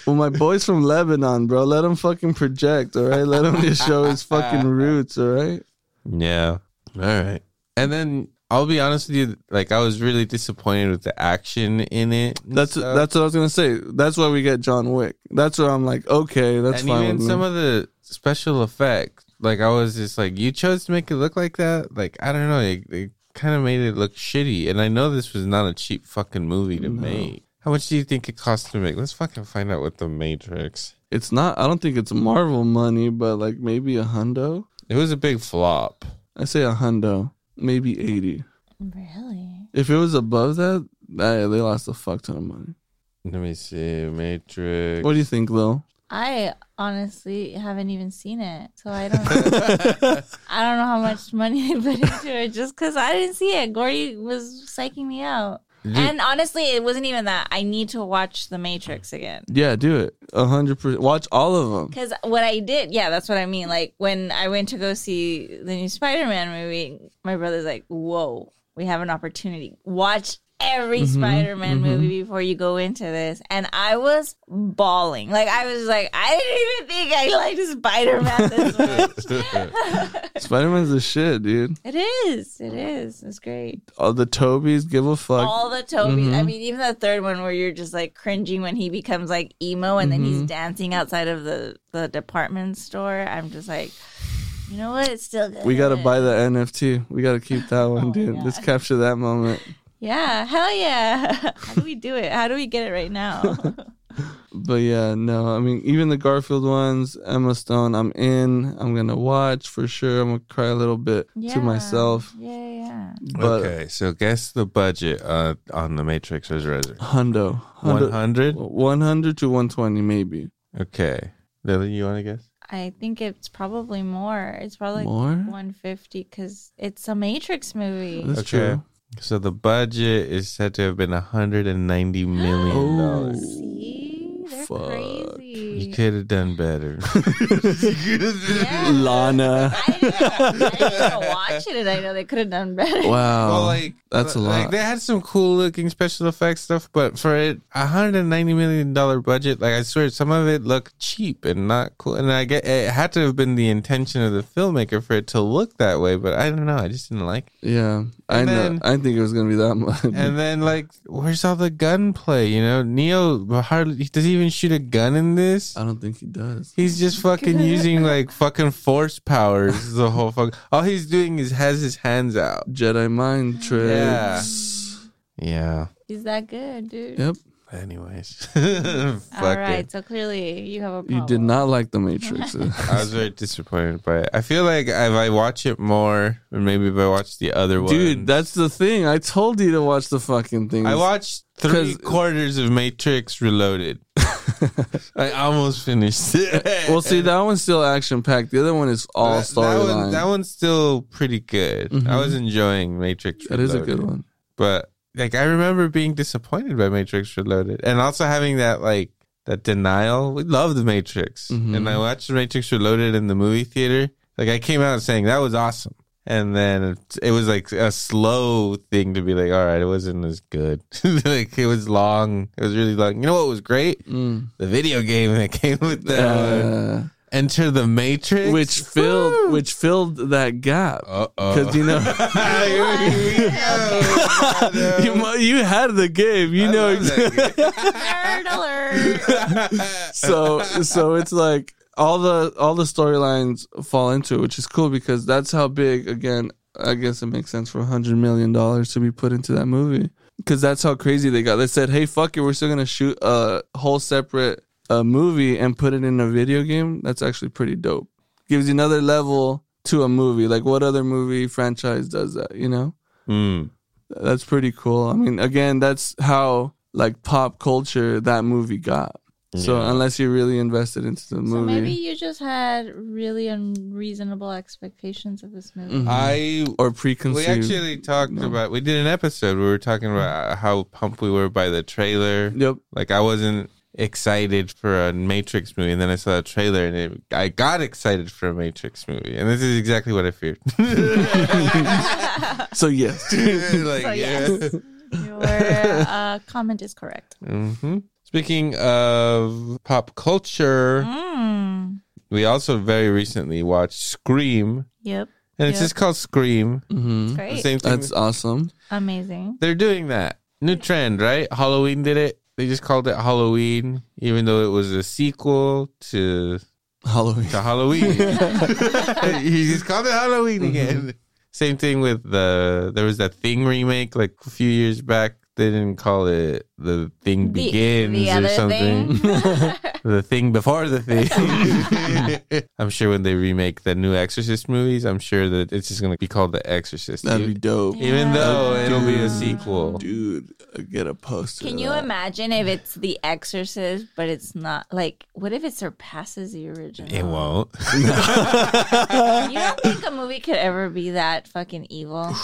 Speaker 3: Well, my boy's from Lebanon, bro. Let him fucking project, all right? Let him just show his fucking roots, all right?
Speaker 2: Yeah. All right. And then I'll be honest with you, like I was really disappointed with the action in it. and
Speaker 3: That's
Speaker 2: stuff.
Speaker 3: that's what I was gonna say. That's why we get John Wick. That's where I'm like, okay, that's
Speaker 2: and
Speaker 3: fine.
Speaker 2: even
Speaker 3: with
Speaker 2: some
Speaker 3: me.
Speaker 2: of the special effects. Like I was just like, you chose to make it look like that. Like I don't know, they, they kind of made it look shitty. And I know this was not a cheap fucking movie to make. How much do you think it cost to make? Let's fucking find out what the Matrix.
Speaker 3: it's not. I don't think it's Marvel money, but like maybe a hundo.
Speaker 2: It was a big flop.
Speaker 3: I say a hundo, maybe eighty.
Speaker 4: one. really?
Speaker 3: If it was above that, eh, they lost a fuck ton of money.
Speaker 2: Let me see, Matrix.
Speaker 3: What do you think, Lil?
Speaker 4: I honestly haven't even seen it, so I don't. Know. I don't know how much money they put into it, just because I didn't see it. Gordy was psyching me out, and honestly, it wasn't even that. I need to watch The Matrix again.
Speaker 3: Yeah, do it. A hundred percent. Watch all of them.
Speaker 4: Because what I did, yeah, that's what I mean. Like when I went to go see the new Spider Man movie, my brother's like, whoa, we have an opportunity. Watch every Spider Man movie before you go into this. And I was bawling. Like, I was like, I didn't even think I liked Spider Man this much.
Speaker 3: Spider Man's the shit, dude.
Speaker 4: it is. It is. It's great.
Speaker 3: All the Tobies give a fuck.
Speaker 4: All the Toby. I
Speaker 3: Mm-hmm.
Speaker 4: mean, even the third one where you're just like cringing when he becomes like emo and then he's
Speaker 3: Mm-hmm.
Speaker 4: dancing outside of the the department store. I'm just like, you know what? It's still good.
Speaker 3: we gotta buy the NFT. We gotta keep that one, dude.
Speaker 4: God.
Speaker 3: Let's capture that moment.
Speaker 4: Yeah, hell yeah. How do we do it? How do we get it right now?
Speaker 3: But yeah, no. I mean, even the Garfield ones, Emma Stone. I'm in. I'm gonna watch for sure. I'm gonna cry a little bit
Speaker 4: Yeah.
Speaker 3: to myself.
Speaker 4: Yeah, yeah.
Speaker 3: But
Speaker 2: okay, so guess the budget uh, on the Matrix Resurrection.
Speaker 3: hundo,
Speaker 2: One
Speaker 3: hundo,
Speaker 2: hundred.
Speaker 3: one hundred to one twenty, maybe
Speaker 2: Okay. Lily, you want to guess?
Speaker 4: I think it's probably more. It's probably
Speaker 3: more.
Speaker 4: 150 because it's a Matrix movie.
Speaker 3: That's
Speaker 2: Okay.
Speaker 3: true.
Speaker 2: So the budget is said to have been 190 million
Speaker 3: Oh.
Speaker 2: dollars.
Speaker 4: See? They're
Speaker 3: Fuck.
Speaker 2: You
Speaker 4: crazy.
Speaker 2: could have done better.
Speaker 4: Yeah.
Speaker 3: Lana.
Speaker 4: I didn't, I didn't want to watch it and I know they could have done better.
Speaker 3: Wow.
Speaker 2: Well, like
Speaker 3: Oh, that's a
Speaker 2: like,
Speaker 3: lot.
Speaker 2: they had some cool looking special effects stuff, but for it, 190 million dollar budget, like I swear, some of it looked cheap and not cool. And I get it had to have been the intention of the filmmaker for it to look that way, but I don't know. I just didn't like. it.
Speaker 3: yeah, I
Speaker 2: And
Speaker 3: know.
Speaker 2: then-
Speaker 3: I didn't think it was gonna be that much.
Speaker 2: And then like, where's all the gunplay? You know, Neo hardly does he even shoot a gun in this.
Speaker 3: I don't think he does.
Speaker 2: He's just fucking using like fucking force powers the whole fuck. All he's doing is has his hands out.
Speaker 3: Jedi mind tricks.
Speaker 2: Yeah.
Speaker 4: He's that good, dude.
Speaker 3: Yep.
Speaker 2: Anyways, fuck
Speaker 4: All right.
Speaker 2: it.
Speaker 4: So clearly you have a problem.
Speaker 3: You did not like The Matrix.
Speaker 2: I was very disappointed by it. I feel like if I watch it more, and maybe if I watch the other one,
Speaker 3: Dude, that's the thing. I told you to watch the fucking thing.
Speaker 2: I watched three
Speaker 3: 'Cause-
Speaker 2: quarters of Matrix Reloaded. I almost finished it.
Speaker 3: Well, see, that one's still action packed. The other one is all
Speaker 2: That- that one-
Speaker 3: storyline.
Speaker 2: That one's still pretty good. I
Speaker 3: Mhm.
Speaker 2: was enjoying Matrix.
Speaker 3: That is a
Speaker 2: Reloaded.
Speaker 3: good one.
Speaker 2: but like I remember being disappointed by Matrix Reloaded, and also having that like that denial. We love the Matrix,
Speaker 3: Mhm.
Speaker 2: and I watched the Matrix Reloaded in the movie theater. Like I came out saying that was awesome, and then it, it was like a slow thing to be like, all right, it wasn't as good. like it was long. It was really long. You know what was great?
Speaker 3: Mm.
Speaker 2: The video game that came with that. one.
Speaker 3: Uh,
Speaker 2: Enter the Matrix,
Speaker 3: which filled which filled that gap
Speaker 2: Uh
Speaker 3: because you know you
Speaker 2: oh.
Speaker 3: mu- you had the game. You know exactly.
Speaker 4: Nerd alert.
Speaker 3: so so it's like all the all the storylines fall into it, which is cool because that's how big again I guess it makes sense for 100 million dollars to be put into that movie cuz that's how crazy they got. They said, "Hey, fuck it, we're still going to shoot a whole separate uh, movie and put it in a video game." That's actually pretty dope. Gives you another level to a movie. Like what other movie franchise does that, you know?
Speaker 2: Mm.
Speaker 3: That's pretty cool. I mean, again, that's how like pop culture that movie got. So
Speaker 2: Yeah.
Speaker 3: unless you're really invested into the
Speaker 4: So
Speaker 3: movie,
Speaker 4: maybe you just had really unreasonable expectations of this movie.
Speaker 3: Mhm.
Speaker 2: I
Speaker 3: or
Speaker 2: we
Speaker 3: preconceived.
Speaker 2: actually talked
Speaker 3: No.
Speaker 2: about we did an episode where we were talking about how pumped we were by the trailer.
Speaker 3: yep.
Speaker 2: Like I wasn't excited for a Matrix movie, and then I saw a trailer, and it, I got excited for a Matrix movie, and this is exactly what I feared.
Speaker 3: So yes,
Speaker 2: like,
Speaker 4: So
Speaker 2: yeah.
Speaker 4: yes, your uh, comment is correct.
Speaker 2: hmm Speaking of pop culture,
Speaker 4: Mm.
Speaker 2: we also very recently watched Scream,
Speaker 4: Yep,
Speaker 2: and it's
Speaker 4: Yeah.
Speaker 2: just called Scream.
Speaker 3: hmm
Speaker 2: The
Speaker 4: great,
Speaker 2: same thing.
Speaker 3: that's awesome.
Speaker 4: amazing.
Speaker 2: they're doing that new trend, right? Halloween did it. They just called it Halloween, even though it was a sequel to
Speaker 3: Halloween.
Speaker 2: to Halloween. he just called it Halloween again. Same thing with the there was that Thing remake like a few years back. They didn't call it the Thing
Speaker 4: The-
Speaker 2: Begins
Speaker 4: the
Speaker 2: or
Speaker 4: other
Speaker 2: something. the Thing before the Thing. I'm sure when they remake the new Exorcist movies, I'm sure that it's just gonna be called The Exorcist.
Speaker 3: That'd be dope,
Speaker 4: Yeah.
Speaker 2: even though it'll be a
Speaker 3: Dude.
Speaker 2: sequel.
Speaker 3: dude. uh, Get a poster.
Speaker 4: Can
Speaker 3: of
Speaker 4: you
Speaker 3: that.
Speaker 4: imagine if it's The Exorcist, but it's not? Like, what if it surpasses the original?
Speaker 2: It won't.
Speaker 4: You don't think a movie could ever be that fucking evil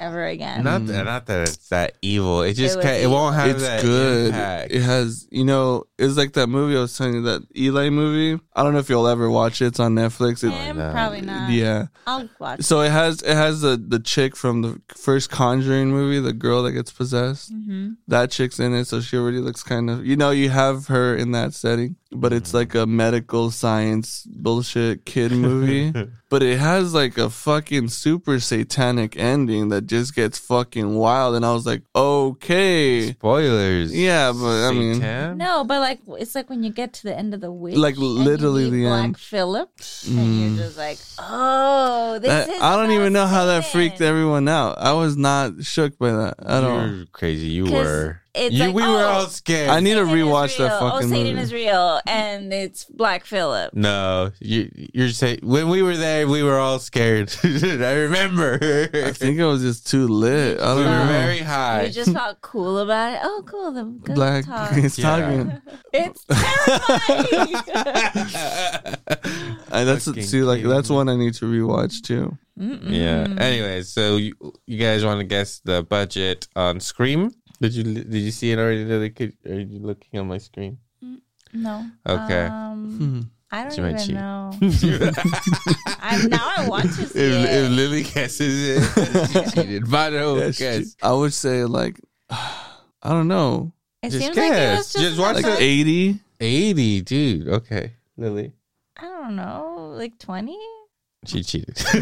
Speaker 4: ever again?
Speaker 2: Not that, not that it's that evil. It just
Speaker 4: Mm. would
Speaker 2: can't, it
Speaker 4: be-
Speaker 2: won't have
Speaker 3: It's
Speaker 2: that
Speaker 3: good.
Speaker 2: impact.
Speaker 3: It has, you know, it's like that movie I was telling you that Eli movie. I don't know if you'll ever watch it. It's on Netflix. It,
Speaker 4: Him? Probably not.
Speaker 3: yeah.
Speaker 4: I'll watch.
Speaker 3: So it has it has the the chick from the first Conjuring movie, the girl that gets possessed.
Speaker 4: hmm
Speaker 3: That chick's in it, so she already looks kind of you know you have her in that setting, but it's
Speaker 2: Mm.
Speaker 3: like a medical science bullshit kid movie. but it has like a fucking super satanic ending that just gets fucking wild, and I was like, okay,
Speaker 2: Spoilers.
Speaker 3: yeah, but I mean,
Speaker 2: Satan?
Speaker 4: No, but like it's like when you get to the end of the week,
Speaker 3: Like, literally
Speaker 4: and you meet
Speaker 3: the
Speaker 4: Black
Speaker 3: end. Mm.
Speaker 4: Philip, and you're just like, oh, this
Speaker 3: that,
Speaker 4: is
Speaker 3: I don't even know how that
Speaker 4: Satan."
Speaker 3: freaked everyone out. I was not shook by that at all.
Speaker 2: You're crazy. You
Speaker 4: 'Cause
Speaker 2: were.
Speaker 4: it's
Speaker 2: You,
Speaker 4: like,
Speaker 2: we were
Speaker 4: oh,
Speaker 2: all scared.
Speaker 3: I need to
Speaker 4: Satan is
Speaker 3: rewatch that
Speaker 4: real.
Speaker 3: fucking
Speaker 4: Oh, Satan
Speaker 3: movie.
Speaker 4: is real, and it's Black Philip.
Speaker 2: no, you, you're saying when we were there, we were all scared. I remember.
Speaker 3: I think I was just too lit. I
Speaker 2: we
Speaker 3: don't
Speaker 2: were
Speaker 3: know.
Speaker 2: very
Speaker 4: Oh. You
Speaker 2: high.
Speaker 4: just felt cool about it. Oh, cool. The good
Speaker 3: Black
Speaker 4: talk.
Speaker 3: is
Speaker 2: Yeah.
Speaker 3: talking.
Speaker 4: It's terrifying.
Speaker 3: I, that's
Speaker 2: Fucking
Speaker 3: see, like
Speaker 2: cute.
Speaker 3: that's one I need to rewatch too.
Speaker 2: yeah. Anyway, so you, you guys want to guess the budget on Scream? Did you did you see it already? Did it- could- Are you looking on my screen?
Speaker 4: no.
Speaker 2: Okay.
Speaker 4: Um, I don't
Speaker 2: She might
Speaker 4: even
Speaker 2: cheat.
Speaker 4: know.
Speaker 2: if,
Speaker 4: I now I want to see
Speaker 2: if
Speaker 4: it.
Speaker 2: Lily guesses it, she cheated. But no
Speaker 3: Yes,
Speaker 2: guess.
Speaker 3: I would say like I don't know,
Speaker 4: It
Speaker 2: just
Speaker 4: seems like it
Speaker 2: guess.
Speaker 4: was just,
Speaker 2: Just watch
Speaker 3: like
Speaker 2: the-
Speaker 4: the
Speaker 3: eighty.
Speaker 2: 80, dude. Okay. Lily.
Speaker 4: I don't know, like twenty.
Speaker 2: She cheated.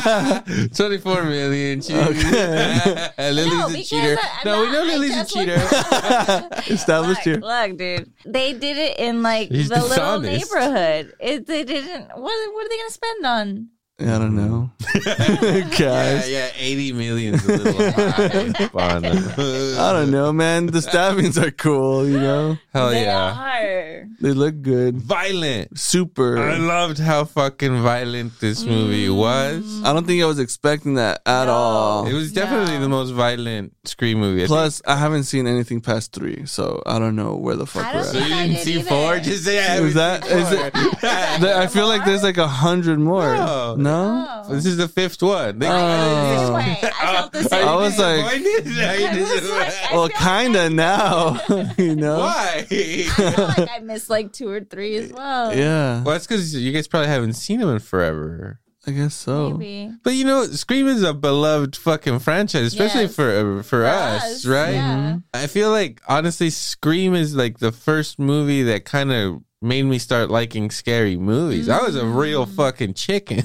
Speaker 2: 24 million. She
Speaker 3: Okay.
Speaker 2: Lily's
Speaker 4: No,
Speaker 2: a
Speaker 4: because
Speaker 2: cheater.
Speaker 4: I- I'm
Speaker 2: no, we
Speaker 4: not-
Speaker 2: know
Speaker 4: I
Speaker 2: Lily's a
Speaker 4: just looked
Speaker 2: cheater.
Speaker 3: Established
Speaker 4: Look,
Speaker 3: here.
Speaker 4: look, dude. They did it in like
Speaker 2: He's
Speaker 4: the little
Speaker 2: dishonest.
Speaker 4: neighborhood. It, they didn't. What, what are they going to spend on?
Speaker 3: Yeah, I don't know.
Speaker 2: Yeah,
Speaker 3: guys.
Speaker 2: yeah, 80 million's a little high. Bond.
Speaker 3: I don't know, man. The stabbings are cool, you know?
Speaker 2: Hell
Speaker 4: They
Speaker 2: Oh, yeah.
Speaker 4: are.
Speaker 3: They look good.
Speaker 2: Violent.
Speaker 3: Super.
Speaker 2: I loved how fucking violent this
Speaker 4: Mm.
Speaker 2: movie was.
Speaker 3: I don't think I was expecting that at
Speaker 4: No.
Speaker 3: all.
Speaker 2: It was definitely
Speaker 4: Yeah.
Speaker 2: the most violent Scream movie. I think.
Speaker 3: Plus, I haven't seen anything past three, so I don't know where the fuck
Speaker 4: I
Speaker 3: we're
Speaker 4: don't
Speaker 3: at.
Speaker 2: so you
Speaker 4: I
Speaker 2: didn't
Speaker 4: did
Speaker 2: see
Speaker 4: either.
Speaker 2: four? Just say I haven't
Speaker 3: Is that
Speaker 2: seen
Speaker 3: is
Speaker 2: four.
Speaker 3: it? th- I feel like there's like a hundred more.
Speaker 2: No.
Speaker 3: No,
Speaker 4: Oh.
Speaker 2: This is the fifth one. They-
Speaker 4: This
Speaker 3: Oh.
Speaker 4: way. I felt the
Speaker 2: Are
Speaker 4: same
Speaker 2: you
Speaker 3: I was
Speaker 4: way.
Speaker 3: like-
Speaker 2: disappointed? Are you
Speaker 4: I was like,
Speaker 2: disappointed?
Speaker 4: I
Speaker 3: well,
Speaker 4: feel like-
Speaker 3: kinda now, you know.
Speaker 2: Why?
Speaker 4: I feel like I missed like two or three as well.
Speaker 3: Yeah,
Speaker 2: Well, that's because you guys probably haven't seen them in forever.
Speaker 3: I guess so.
Speaker 4: Maybe.
Speaker 2: But you know, Scream is a beloved fucking franchise, especially
Speaker 4: Yes.
Speaker 2: for for us, right? Mm-hmm.
Speaker 4: Yeah.
Speaker 2: I feel like honestly, Scream is like the first movie that kind of made me start liking scary movies. I was a real
Speaker 4: Mm.
Speaker 2: fucking chicken.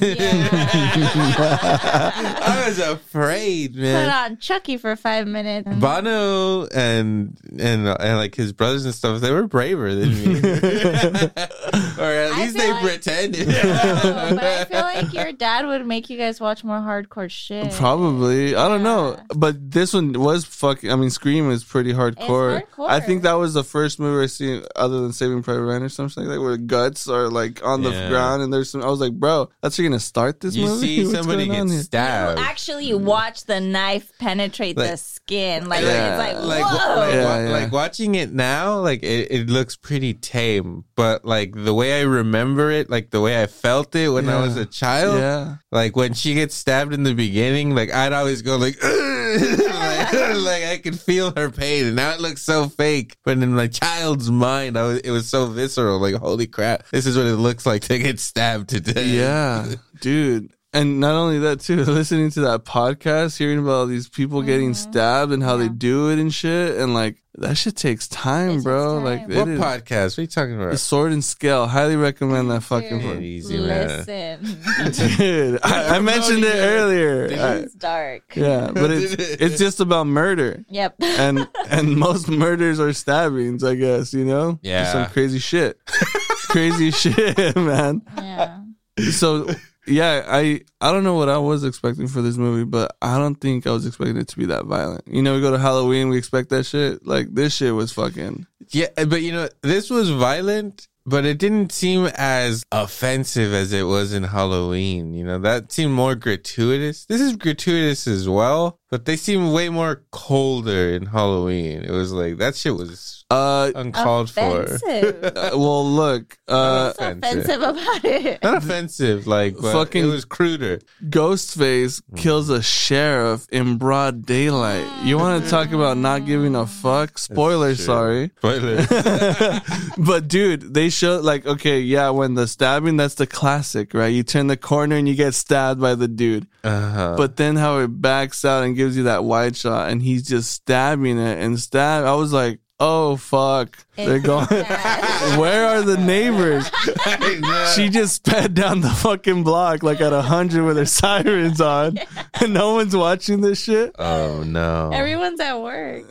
Speaker 4: Yeah.
Speaker 2: I was afraid,
Speaker 4: Put
Speaker 2: man.
Speaker 4: on Chucky for five minutes.
Speaker 2: Bono and and and like his brothers and stuff, they were braver than me, or at
Speaker 4: I
Speaker 2: least
Speaker 4: feel
Speaker 2: they
Speaker 4: like-
Speaker 2: pretended.
Speaker 4: Oh, but I feel like your dad would make you guys watch more hardcore shit.
Speaker 3: Probably. I don't know. But this one was fucking. I mean, Scream is pretty hardcore.
Speaker 4: hardcore.
Speaker 3: I think that was the first movie I seen other than Saving Private Ryan or something like that, where guts are like on the
Speaker 2: Yeah.
Speaker 3: ground and there's some. I was like, bro, that's you're gonna start this
Speaker 2: you
Speaker 3: movie.
Speaker 2: see
Speaker 3: What's
Speaker 2: somebody
Speaker 3: going on
Speaker 2: get
Speaker 3: here?
Speaker 2: stabbed.
Speaker 4: Actually, watch the knife penetrate
Speaker 2: Like-
Speaker 4: the skin. Like
Speaker 3: Yeah.
Speaker 4: it's like,
Speaker 2: like,
Speaker 4: whoa.
Speaker 2: like,
Speaker 3: Yeah,
Speaker 2: wa-
Speaker 3: yeah.
Speaker 2: like watching it now like it, it looks pretty tame but like the way i remember it like the way i felt it when i was
Speaker 3: Yeah.
Speaker 2: a child
Speaker 3: Yeah.
Speaker 2: like when she gets stabbed in the beginning like i'd always go like like, like, i could feel her pain and now it looks so fake but in my child's mind I was, it was so visceral like holy crap this is what it looks like to get stabbed today
Speaker 3: Yeah, dude. And not only that, too, listening to that podcast, hearing about all these people getting
Speaker 4: Mm-hmm.
Speaker 3: stabbed and how they do it and shit. And like, that shit takes time,
Speaker 4: takes
Speaker 3: bro.
Speaker 4: time.
Speaker 3: Like,
Speaker 2: what
Speaker 3: it is-
Speaker 2: podcast what are you talking
Speaker 3: The
Speaker 2: about
Speaker 3: sword and scale. Highly recommend that fucking
Speaker 4: Dude.
Speaker 3: book.
Speaker 2: easy man
Speaker 4: Listen,
Speaker 3: Dude, I, I mentioned it
Speaker 2: promoting it.
Speaker 3: earlier. I-
Speaker 4: it's dark.
Speaker 3: yeah, but it's, it's just about murder.
Speaker 4: Yep.
Speaker 3: And and most murders are stabbings, I guess, you know? Just
Speaker 2: Yeah.
Speaker 3: Some crazy shit. crazy shit, man.
Speaker 4: yeah.
Speaker 3: so yeah i i don't know what i was expecting for this movie but i don't think i was expecting it to be that violent you know we go to halloween we expect that shit like this shit was fucking
Speaker 2: Yeah, uh, but you know, this was violent, but it didn't seem as offensive as it was in Halloween. You know, that seemed more gratuitous. This is gratuitous as well, but they seem way more colder in Halloween. It was like that shit was
Speaker 3: uh
Speaker 2: uncalled for.
Speaker 4: offensive.
Speaker 3: uh, well look uh
Speaker 4: What's offensive about it?
Speaker 2: Not offensive, like but
Speaker 3: Fucking-
Speaker 2: it was cruder.
Speaker 3: ghostface kills a sheriff in broad daylight you want to talk about not giving a fuck spoiler
Speaker 2: Shit.
Speaker 3: sorry
Speaker 2: Spoilers.
Speaker 3: but dude, they show like okay, yeah, when the stabbing, that's the classic, right? You turn the corner and you get stabbed by the dude.
Speaker 2: Uh-huh.
Speaker 3: But then how it backs out and gives you that wide shot, and he's just stabbing it and stab. I was like, oh fuck, they're going. Where are the neighbors?
Speaker 2: I know.
Speaker 3: She just sped down the fucking block like at a hundred with her sirens on, and no one's watching this shit.
Speaker 2: oh no.
Speaker 4: Everyone's at work.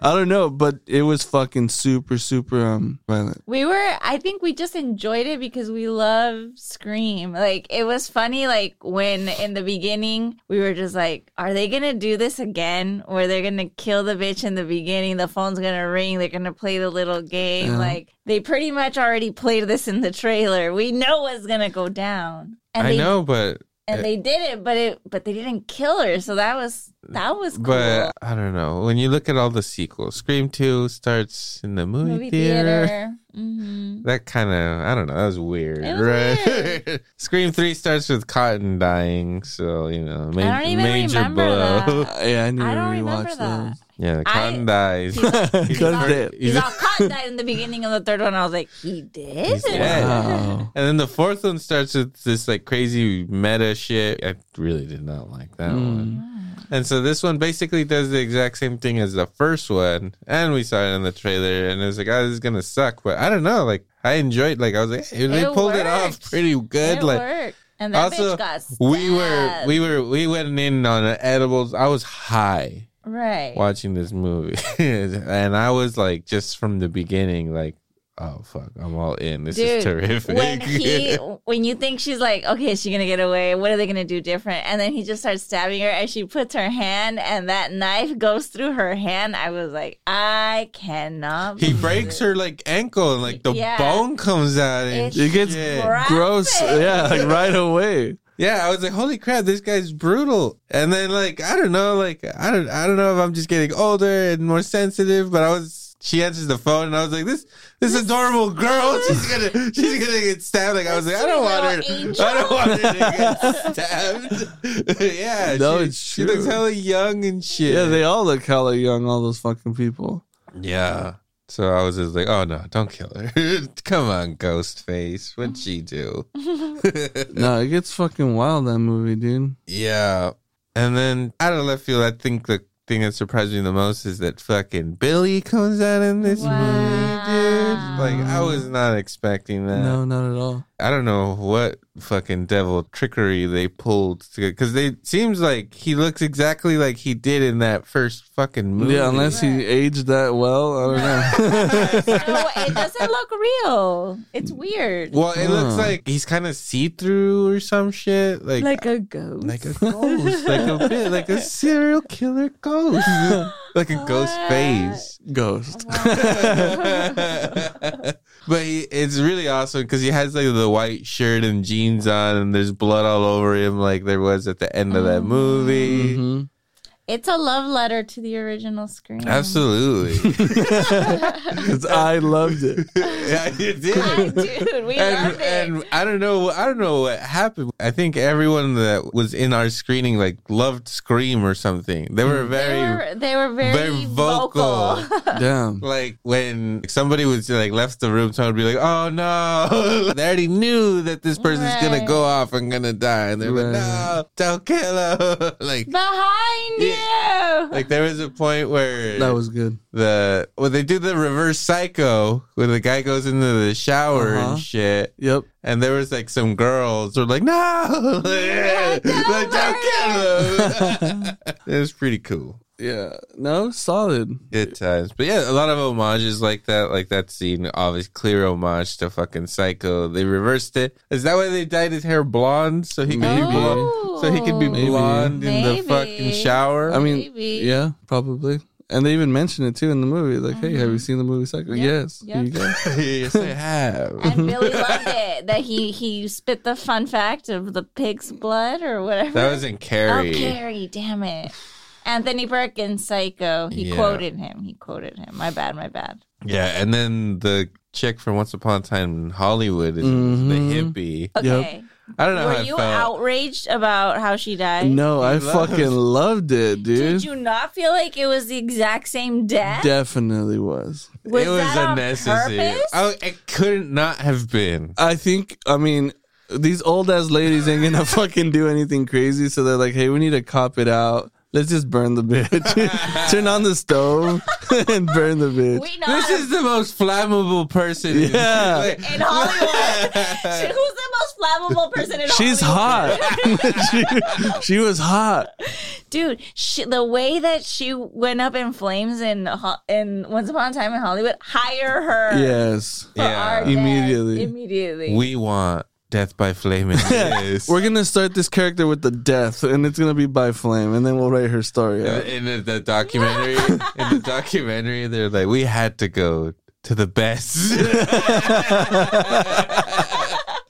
Speaker 3: I don't know, but it was fucking super, super um violent.
Speaker 4: We were, I think we just enjoyed it because we love Scream. Like, it was funny, like, when in the beginning, we were just like, are they gonna do this again? Where they're gonna kill the bitch in the beginning, the phone's gonna ring, they're gonna play the little game.
Speaker 3: Yeah.
Speaker 2: Uh-huh.
Speaker 4: Like, they pretty much already played this in the trailer. We know what's gonna go down. And
Speaker 2: I
Speaker 4: they,
Speaker 2: know, but
Speaker 4: And they did it, but it, but they didn't kill her. So that was, that was cool.
Speaker 2: but I don't know. When you look at all the sequels, Scream 2 starts in the movie,
Speaker 4: Movie
Speaker 2: theater.
Speaker 4: theater. hmm
Speaker 2: That kind of, I don't know, that was weird,
Speaker 4: It was
Speaker 2: right? Scream 3 starts with Cotton dying, so, you know, ma-
Speaker 4: I don't even
Speaker 2: major
Speaker 4: remember
Speaker 2: blow.
Speaker 4: that.
Speaker 3: Uh, yeah, I need
Speaker 4: I
Speaker 3: to
Speaker 4: don't remember
Speaker 3: rewatch
Speaker 4: that.
Speaker 3: those.
Speaker 2: Yeah, Cotton dies.
Speaker 3: He's dead.
Speaker 4: He's all cotton died in the beginning of the third one. I was like, he did?
Speaker 2: He's dead.
Speaker 3: Wow.
Speaker 2: And then the fourth one starts with this like crazy meta shit. I really did not like that one. And so this one basically does the exact same thing as the first one. And we saw it in the trailer and it was like, oh, this is gonna suck. But I don't know, like I enjoyed like I was like, hey, they
Speaker 4: It
Speaker 2: pulled it off
Speaker 4: worked.
Speaker 2: pretty good.
Speaker 4: It
Speaker 2: like
Speaker 4: worked. And that
Speaker 2: also,
Speaker 4: bitch got stabbed.
Speaker 2: we were we were we went in on an edibles. I was high
Speaker 4: right.
Speaker 2: watching this movie, and I was like, just from the beginning, like, oh fuck, I'm all in. This
Speaker 4: Dude,
Speaker 2: is terrific.
Speaker 4: When he, when you think she's like, okay, is she gonna get away? What are they gonna do different? And then he just starts stabbing her, and she puts her hand, and that knife goes through her hand. I was like, I cannot.
Speaker 2: He
Speaker 4: believe
Speaker 2: breaks
Speaker 4: it.
Speaker 2: her like ankle and like the
Speaker 4: Yeah.
Speaker 2: bone comes out and
Speaker 4: It's
Speaker 3: It gets
Speaker 2: shit.
Speaker 4: Graphic.
Speaker 3: gross. Yeah, like right away.
Speaker 2: yeah, I was like, holy crap, this guy's brutal. And then like I don't know, like I don't I don't know if I'm just getting older and more sensitive, but I was she answers the phone and I was like, this this adorable girl, she's gonna she's gonna get stabbed. Like I was like, I don't want her,
Speaker 4: Sweet
Speaker 2: I don't want her to get stabbed. yeah,
Speaker 3: No,
Speaker 2: she,
Speaker 3: it's
Speaker 2: she
Speaker 3: true.
Speaker 2: looks hella young and shit.
Speaker 3: Yeah, they all look hella young, all those fucking people.
Speaker 2: Yeah. So I was just like, oh no, don't kill her. Come on, Ghostface. What'd she do?
Speaker 3: No, it gets fucking wild that movie, dude.
Speaker 2: yeah. And then out of left field, I think the thing that surprised me the most is that fucking Billy comes out in this
Speaker 4: Wow.
Speaker 2: movie, dude. Like, I was not expecting that.
Speaker 3: No, not at all.
Speaker 2: I don't know what fucking devil trickery they pulled because they seems like he looks exactly like he did in that first fucking movie.
Speaker 3: Yeah, unless he aged that well, I don't know.
Speaker 4: No, it doesn't look real. It's weird.
Speaker 2: Well, it looks
Speaker 3: Huh.
Speaker 2: like he's kind of see through or some shit. Like,
Speaker 4: Like a ghost.
Speaker 2: like a ghost, like a bit, like a serial killer ghost, like a ghost face.
Speaker 3: Ghost.
Speaker 4: Oh,
Speaker 2: but he, it's really awesome because he has like the white shirt and jeans on, and there's blood all over him, like there was at the end of that movie.
Speaker 3: Mhm.
Speaker 4: It's a love letter to the original screen.
Speaker 2: Absolutely,
Speaker 3: 'Cause I loved it.
Speaker 2: yeah, you
Speaker 4: I,
Speaker 2: did.
Speaker 4: dude, we love
Speaker 2: And,
Speaker 4: it.
Speaker 2: and I don't know, I don't know what happened. I think everyone that was in our screening like loved Scream or something. They were
Speaker 4: they,
Speaker 2: very.
Speaker 4: were, they were very,
Speaker 2: very vocal.
Speaker 4: vocal.
Speaker 3: Damn.
Speaker 2: like when somebody was like left the room, someone would be like, "Oh no!" they already knew that this person's gonna
Speaker 4: Right.
Speaker 2: go off and gonna die, and they're like,
Speaker 3: Right.
Speaker 2: "No, don't kill him!" like,
Speaker 4: Behind you.
Speaker 2: like there was a point where
Speaker 3: That was good.
Speaker 2: the well, they do the reverse psycho where the guy goes into the shower
Speaker 3: Uh-huh.
Speaker 2: and shit.
Speaker 3: Yep.
Speaker 2: And there was like some girls were like, no, like, don't kill him. it was pretty cool.
Speaker 3: Yeah. No, solid.
Speaker 2: Good times. But yeah, a lot of homages like that, like that scene, obvious clear homage to fucking Psycho. They reversed it. Is that why they dyed his hair blonde? So he could be
Speaker 3: Maybe.
Speaker 2: blonde.
Speaker 4: Oh.
Speaker 2: So he could be
Speaker 3: Maybe.
Speaker 2: blonde in the
Speaker 4: Maybe.
Speaker 2: fucking shower.
Speaker 3: I mean,
Speaker 4: Maybe.
Speaker 3: yeah, probably. And they even mention it too in the movie. Like, hey,
Speaker 4: Mm-hmm.
Speaker 3: have you seen the movie Psycho?
Speaker 4: Yeah.
Speaker 3: Yes.
Speaker 4: Yeah.
Speaker 3: Here you go.
Speaker 2: yes, I have.
Speaker 4: And Billy loved it that he he spit the fun fact of the pig's blood or whatever.
Speaker 2: That was in
Speaker 4: oh,
Speaker 2: Carrie.
Speaker 4: Carrie, damn it. Anthony Perkins, Psycho. He
Speaker 2: Yeah.
Speaker 4: quoted him. He quoted him. My bad. My bad.
Speaker 2: Yeah, and then the chick from Once Upon a Time in Hollywood is
Speaker 3: Mhm.
Speaker 2: the hippie.
Speaker 3: Yep.
Speaker 4: Okay.
Speaker 2: I don't know
Speaker 4: Were
Speaker 2: how I
Speaker 4: you
Speaker 2: felt.
Speaker 4: outraged about how she died?
Speaker 3: No, I
Speaker 2: loved-
Speaker 3: fucking loved it, dude.
Speaker 4: Did you not feel like it was the exact same death?
Speaker 3: Definitely was.
Speaker 4: Was
Speaker 2: it was
Speaker 4: that on
Speaker 2: unnecessary.
Speaker 4: purpose?
Speaker 2: Oh, it couldn't not have been.
Speaker 3: I think, I mean, these old ass ladies ain't gonna fucking do anything crazy. So they're like, hey, we need to cop it out. Let's just burn the bitch. Turn on the stove and burn the bitch.
Speaker 4: we know
Speaker 2: This
Speaker 4: how to-
Speaker 2: is the most flammable person. in-
Speaker 3: Yeah.
Speaker 2: Like,
Speaker 4: in Hollywood. She- Who's the most flammable person in
Speaker 3: She's
Speaker 4: Hollywood?
Speaker 3: hot. she, she was hot.
Speaker 4: dude. She, the way that she went up in flames in Ho- in Once Upon a Time in Hollywood, hire her.
Speaker 3: Yes.
Speaker 4: for our dad.
Speaker 3: Immediately.
Speaker 4: Immediately.
Speaker 2: We want death by flame in this.
Speaker 3: We're gonna start this character with the death, and it's gonna be by flame, and then we'll write her story out.
Speaker 2: in the, the documentary. in the documentary, they're like, we had to go to the best.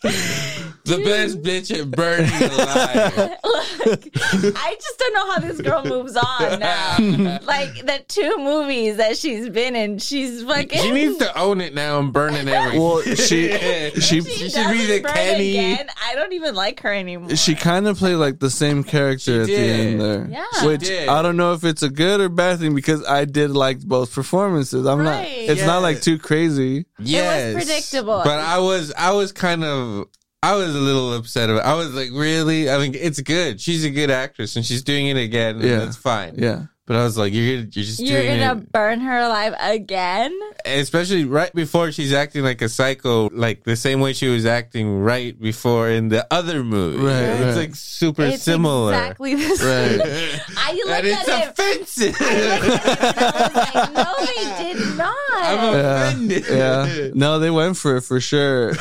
Speaker 2: the best bitch at burning alive.
Speaker 4: Look, I just don't know how this girl moves on now. like the two movies that she's been in, she's fucking.
Speaker 2: She needs to own it now and burn it everything.
Speaker 3: Well, she
Speaker 2: She
Speaker 3: she
Speaker 4: She,
Speaker 2: should
Speaker 4: doesn't
Speaker 2: be the
Speaker 4: burn
Speaker 2: Kenny.
Speaker 4: again. I don't even like her anymore.
Speaker 3: she kind of played like the same character at
Speaker 2: She
Speaker 3: the
Speaker 2: did.
Speaker 3: end there,
Speaker 4: Yeah. She
Speaker 3: which
Speaker 2: did.
Speaker 3: I don't know if it's a good or bad thing because I did like both performances. I'm not.
Speaker 4: Right.
Speaker 3: It's
Speaker 2: Yeah.
Speaker 3: not like too crazy.
Speaker 2: yes,
Speaker 4: predictable.
Speaker 2: But I was, I was kind of. I was a little upset about. I was like, really? I mean, it's good. She's a good actress, and she's doing it again. And
Speaker 3: Yeah.
Speaker 2: that's fine.
Speaker 3: Yeah.
Speaker 2: But I was like, you're gonna, you're just
Speaker 4: You're
Speaker 2: doing
Speaker 4: gonna
Speaker 2: it.
Speaker 4: burn her alive again?
Speaker 2: especially right before she's acting like a psycho, like the same way she was acting right before in the other movie.
Speaker 3: Right,
Speaker 2: it's
Speaker 3: right.
Speaker 2: like super
Speaker 4: It's
Speaker 2: similar.
Speaker 4: Exactly the same.
Speaker 3: Right.
Speaker 4: I
Speaker 2: and
Speaker 4: looked
Speaker 2: it's
Speaker 4: at it.
Speaker 2: offensive.
Speaker 4: I was like, no, they did not.
Speaker 2: I'm offended.
Speaker 3: yeah. No, they went for it for sure.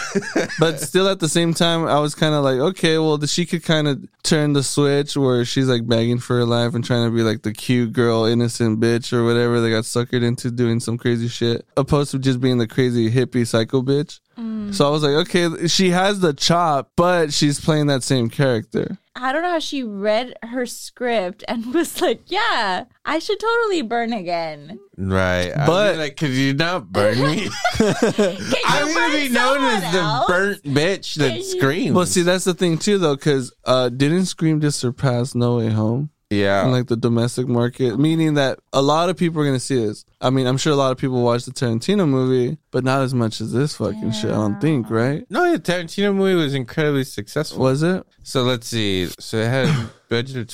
Speaker 3: but still, at the same time, I was kind of like, okay, well, th- she could kind of turn the switch where she's like begging for her life and trying to be like the cute girl, innocent bitch or whatever they got suckered into doing some crazy shit, opposed to just being the crazy hippie psycho bitch. So I was like, okay, she has the chop, but she's playing that same character.
Speaker 4: I don't know how she read her script and was like, yeah, I should totally burn again.
Speaker 2: Right. I'd be
Speaker 3: But-
Speaker 2: like, could you not burn me?
Speaker 4: Can you
Speaker 2: I'm gonna
Speaker 4: burn
Speaker 2: be known
Speaker 4: someone
Speaker 2: as the
Speaker 4: else?
Speaker 2: burnt bitch that
Speaker 4: you-
Speaker 2: screams.
Speaker 3: Well, see, that's the thing too, though, because uh, didn't Scream just surpass No Way Home
Speaker 2: yeah.
Speaker 3: in like the domestic market? Meaning that a lot of people are gonna see this. I mean, I'm sure a lot of people watch the Tarantino movie, but not as much as this fucking shit. I don't think, right?
Speaker 2: no, the Tarantino movie was incredibly successful.
Speaker 3: Was it?
Speaker 2: So let's see. So it had a budget of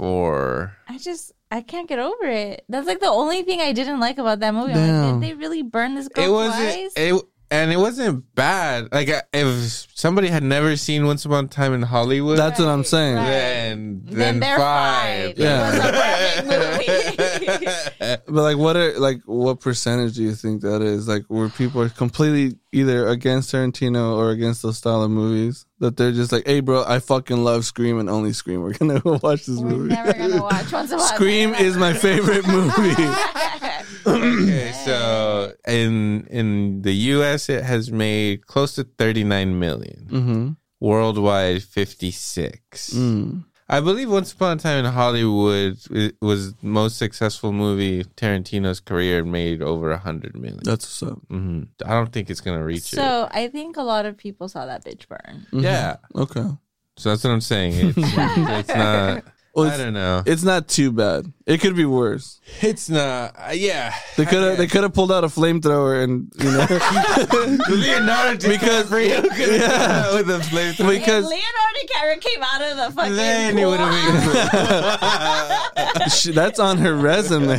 Speaker 2: 24.
Speaker 4: I just I can't get over it. That's like the only thing I didn't like about that movie.
Speaker 3: Damn.
Speaker 4: I'm like, did they really burn this girl
Speaker 2: It wasn't.
Speaker 4: twice?
Speaker 2: It, and it wasn't bad. Like I- if somebody had never seen Once Upon a Time in Hollywood,
Speaker 3: That's what I'm
Speaker 4: Right,
Speaker 3: saying.
Speaker 4: right.
Speaker 2: then
Speaker 4: Then
Speaker 2: then,
Speaker 4: they're
Speaker 2: five.
Speaker 4: fine. It was a perfect movie.
Speaker 3: But like, what are like what percentage do you think that is? Like, where people are completely either against Tarantino or against those style of movies that they're just like, "Hey, bro, I fucking love Scream and only Scream. We're gonna watch this
Speaker 4: We're
Speaker 3: movie.
Speaker 4: never gonna watch Once Upon a Time
Speaker 3: Scream
Speaker 4: in
Speaker 3: is my favorite movie."
Speaker 4: Hollywood.
Speaker 2: okay, so in in the U.S. it has made close to 39 million.
Speaker 3: Mm-hmm.
Speaker 2: Worldwide, 56.
Speaker 3: Mm.
Speaker 2: I believe Once Upon a Time in Hollywood i- was the most successful movie Tarantino's career and made over 100 million.
Speaker 3: That's what's up.
Speaker 2: hmm I don't think it's gonna reach it.
Speaker 4: so I think a lot of people saw that bitch burn.
Speaker 2: Yeah,
Speaker 3: Okay.
Speaker 2: so that's what I'm saying. It's, it's not.
Speaker 3: Well,
Speaker 2: I
Speaker 3: it's,
Speaker 2: don't know.
Speaker 3: it's not too bad. It could be worse.
Speaker 2: It's not. Uh, yeah,
Speaker 3: They could have they could have pulled out a flamethrower and you know
Speaker 2: Leonardo DiCaprio could have yeah. with a flamethrower.
Speaker 4: if
Speaker 3: because
Speaker 4: Leonardo DiCaprio came out of the fucking
Speaker 2: Then it would have been. cool.
Speaker 3: she, that's on her resume.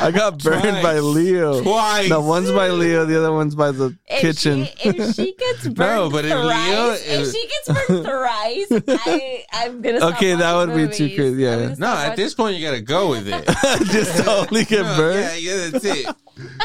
Speaker 3: I got burned
Speaker 2: Twice.
Speaker 3: by Leo.
Speaker 2: Twice.
Speaker 3: The one's by Leo, the other one's by the
Speaker 4: if
Speaker 3: kitchen.
Speaker 4: She, if she gets burned
Speaker 2: but if Leo-
Speaker 4: thrice, if,
Speaker 2: if-
Speaker 4: she gets burned thrice, I, I'm gonna. Stop
Speaker 3: Okay, that
Speaker 4: watching
Speaker 3: would be too
Speaker 4: movies.
Speaker 3: crazy, yeah.
Speaker 4: I'm gonna
Speaker 2: No,
Speaker 4: stop
Speaker 2: at
Speaker 4: watching-
Speaker 2: this point you gotta go with it.
Speaker 3: Just totally get
Speaker 2: No, yeah,
Speaker 3: burned.
Speaker 2: yeah, that's it.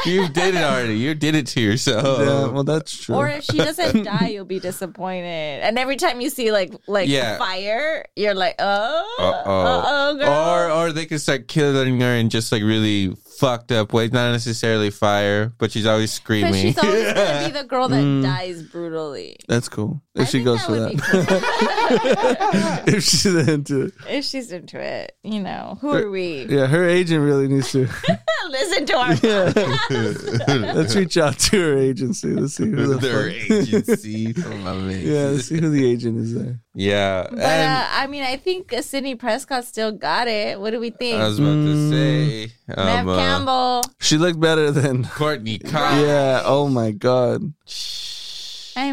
Speaker 2: You did it already. You did it to yourself.
Speaker 3: Yeah, well that's true.
Speaker 4: Or if she doesn't die, you'll be disappointed. And every time you see like like
Speaker 2: Yeah.
Speaker 4: fire, you're like, oh, uh
Speaker 2: Uh-oh.
Speaker 4: oh, girl.
Speaker 2: Or or they could start killing her in just like really fucked up ways. Not necessarily fire, but she's always
Speaker 4: but
Speaker 2: screaming.
Speaker 4: she's always gonna be the girl that dies brutally.
Speaker 3: that's cool. Mm. If
Speaker 4: I
Speaker 3: she
Speaker 4: think
Speaker 3: goes for
Speaker 4: would
Speaker 3: that.
Speaker 4: be cool.
Speaker 3: if she's into it.
Speaker 4: if she's into it, you know, who are we?
Speaker 3: Uh, Yeah, her agent really needs to
Speaker 4: Listen to our
Speaker 3: Yeah.
Speaker 4: podcast.
Speaker 3: Let's reach out to her agency. Let's see who the
Speaker 2: Their
Speaker 3: fuck-
Speaker 2: agency. Love it.
Speaker 3: Yeah, let's see who the agent is there.
Speaker 2: Yeah.
Speaker 4: But
Speaker 2: and
Speaker 4: uh, I mean, I think uh, Sidney Prescott still got it. What do we think?
Speaker 2: I was about
Speaker 3: Mm.
Speaker 2: to say
Speaker 4: Nev
Speaker 2: um, uh,
Speaker 4: uh, Campbell.
Speaker 3: She looked better than.
Speaker 2: Courtney Cox.
Speaker 3: Yeah. Oh my God.
Speaker 4: I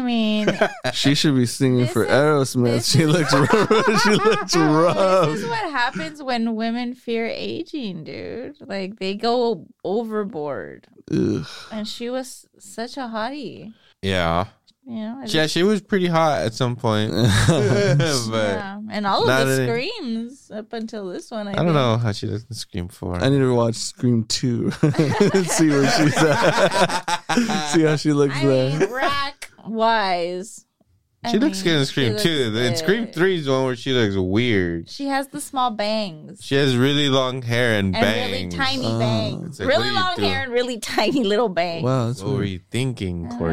Speaker 4: mean,
Speaker 2: Uh,
Speaker 3: She should be singing
Speaker 4: This
Speaker 3: for
Speaker 4: is-
Speaker 3: Aerosmith.
Speaker 4: this
Speaker 3: She
Speaker 4: is-
Speaker 3: looks. she looks
Speaker 4: this is
Speaker 3: rough.
Speaker 4: what happens when women fear aging, dude. Like they go overboard,
Speaker 3: Ugh.
Speaker 4: and she was such a hottie.
Speaker 2: Yeah.
Speaker 4: You know, I
Speaker 2: Yeah, she was pretty hot at some point. but
Speaker 4: yeah. and all
Speaker 2: uh, Not
Speaker 4: of the
Speaker 2: any-
Speaker 4: screams up until this one. I,
Speaker 2: I
Speaker 4: think.
Speaker 2: don't know how she doesn't scream for.
Speaker 3: I need to watch Scream Two. see where she's at. see how she looks
Speaker 4: I
Speaker 3: there.
Speaker 4: mean, rack wise,
Speaker 2: She looks good in Scream too. In Scream Three is one where she looks weird.
Speaker 4: she has the small bangs.
Speaker 2: She has really long hair and,
Speaker 4: and
Speaker 2: bangs.
Speaker 4: really tiny
Speaker 3: Oh.
Speaker 4: bangs.
Speaker 2: It's like,
Speaker 4: really
Speaker 2: what are you
Speaker 4: long
Speaker 2: doing?
Speaker 4: hair and really tiny little bangs.
Speaker 3: Wow, that's
Speaker 2: What were
Speaker 3: weird.
Speaker 2: you thinking,
Speaker 4: Uh-huh.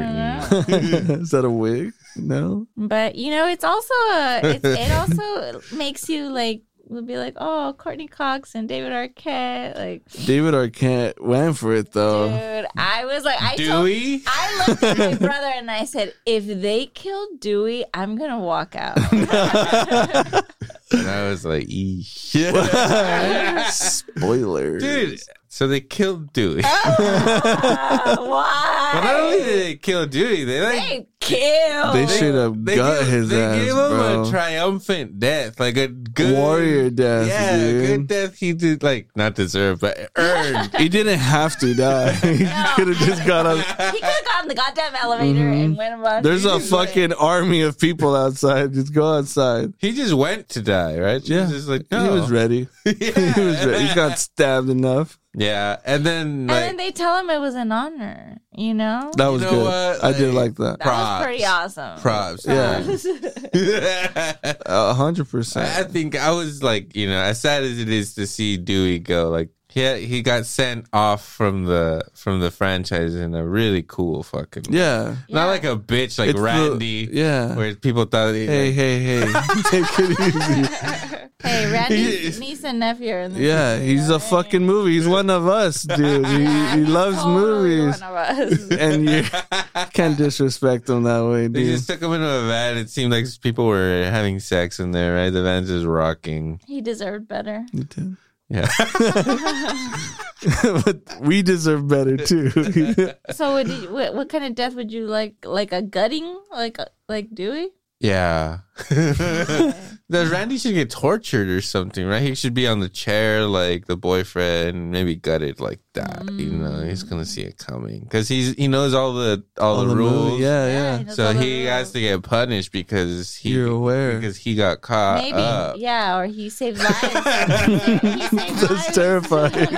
Speaker 4: know.
Speaker 2: Courtney?
Speaker 3: is that a wig? No.
Speaker 4: But you know, it's also a, it's, it also makes you like will be like, oh, Courtney Cox and David Arquette. Like,
Speaker 3: David Arquette went for it though.
Speaker 4: dude, I was like, I told.
Speaker 2: Uh, Dewey?
Speaker 4: I looked at my brother and I said, if they kill Dewey, I'm gonna walk out.
Speaker 2: And I was like, eesh.
Speaker 3: Spoilers.
Speaker 2: Dude, so they killed Dewey.
Speaker 4: Why?
Speaker 2: But not only did they kill Dewey, they like
Speaker 4: they kill.
Speaker 3: They should have
Speaker 2: they
Speaker 3: gut
Speaker 2: gave,
Speaker 3: his
Speaker 2: they
Speaker 3: ass,
Speaker 2: gave him
Speaker 3: bro.
Speaker 2: a triumphant death, like a good
Speaker 3: Warrior death,
Speaker 2: Yeah, a
Speaker 3: dude.
Speaker 2: good death he did like not deserve, but earned.
Speaker 3: He didn't have to die. he could have just got up.
Speaker 4: he could have gotten the goddamn elevator
Speaker 2: Mm-hmm.
Speaker 4: and went above.
Speaker 3: There's
Speaker 4: He
Speaker 3: a
Speaker 4: just went.
Speaker 3: fucking army of people outside. Just go outside.
Speaker 2: he just went to die, right? She
Speaker 3: Yeah.
Speaker 2: was just like "Oh."
Speaker 3: He was
Speaker 2: no.
Speaker 3: ready. he was ready. He got stabbed enough.
Speaker 2: Yeah, and then like,
Speaker 4: and then they tell him it was an honor, you know?
Speaker 3: That was
Speaker 2: know
Speaker 3: good.
Speaker 2: what?
Speaker 3: I did like
Speaker 2: Like-
Speaker 3: that.
Speaker 4: That was pretty awesome.
Speaker 2: props.
Speaker 3: Yeah, a hundred
Speaker 2: I
Speaker 3: percent.
Speaker 2: think I was like, you know, as sad as it is to see Dewey go, like he he got sent off from the from the franchise in a really cool fucking
Speaker 3: Yeah.
Speaker 4: Yeah.
Speaker 2: Not like a bitch like
Speaker 3: It's the-
Speaker 2: Randy,
Speaker 3: yeah.
Speaker 2: where people thought he,
Speaker 3: Hey, hey, hey! Take it easy.
Speaker 4: Hey, Randy's niece and nephew are in the
Speaker 3: Yeah,
Speaker 4: movie,
Speaker 3: he's a
Speaker 4: alright?
Speaker 3: fucking movie. He's one of us, dude. He, he
Speaker 4: He's
Speaker 3: loves
Speaker 4: totally
Speaker 3: movies,
Speaker 4: Oh, One of us.
Speaker 3: and you can't disrespect him that way,
Speaker 2: they
Speaker 3: dude.
Speaker 2: just took him into a van. It seemed like people were having sex in there, right? The van's just rocking.
Speaker 4: he deserved better.
Speaker 3: You did.
Speaker 2: Yeah.
Speaker 3: but we deserve better too.
Speaker 4: So, would you, what, what kind of death would you like? Like a gutting, like a- like Dewey?
Speaker 2: Yeah. the Randy should get tortured or something, right? He should be on the chair like the boyfriend, maybe gutted like that. You know, he's gonna see it coming because he's he knows all the all,
Speaker 3: On
Speaker 2: the,
Speaker 3: the movie,
Speaker 2: rules.
Speaker 3: Yeah, yeah.
Speaker 4: knows
Speaker 2: So
Speaker 4: all the
Speaker 2: he has
Speaker 4: rules.
Speaker 2: to get punished because he
Speaker 3: You're aware.
Speaker 2: because he got
Speaker 3: Uh,
Speaker 2: caught.
Speaker 4: Maybe,
Speaker 2: up.
Speaker 4: yeah, or he saved lives. he saved
Speaker 3: That's terrifying.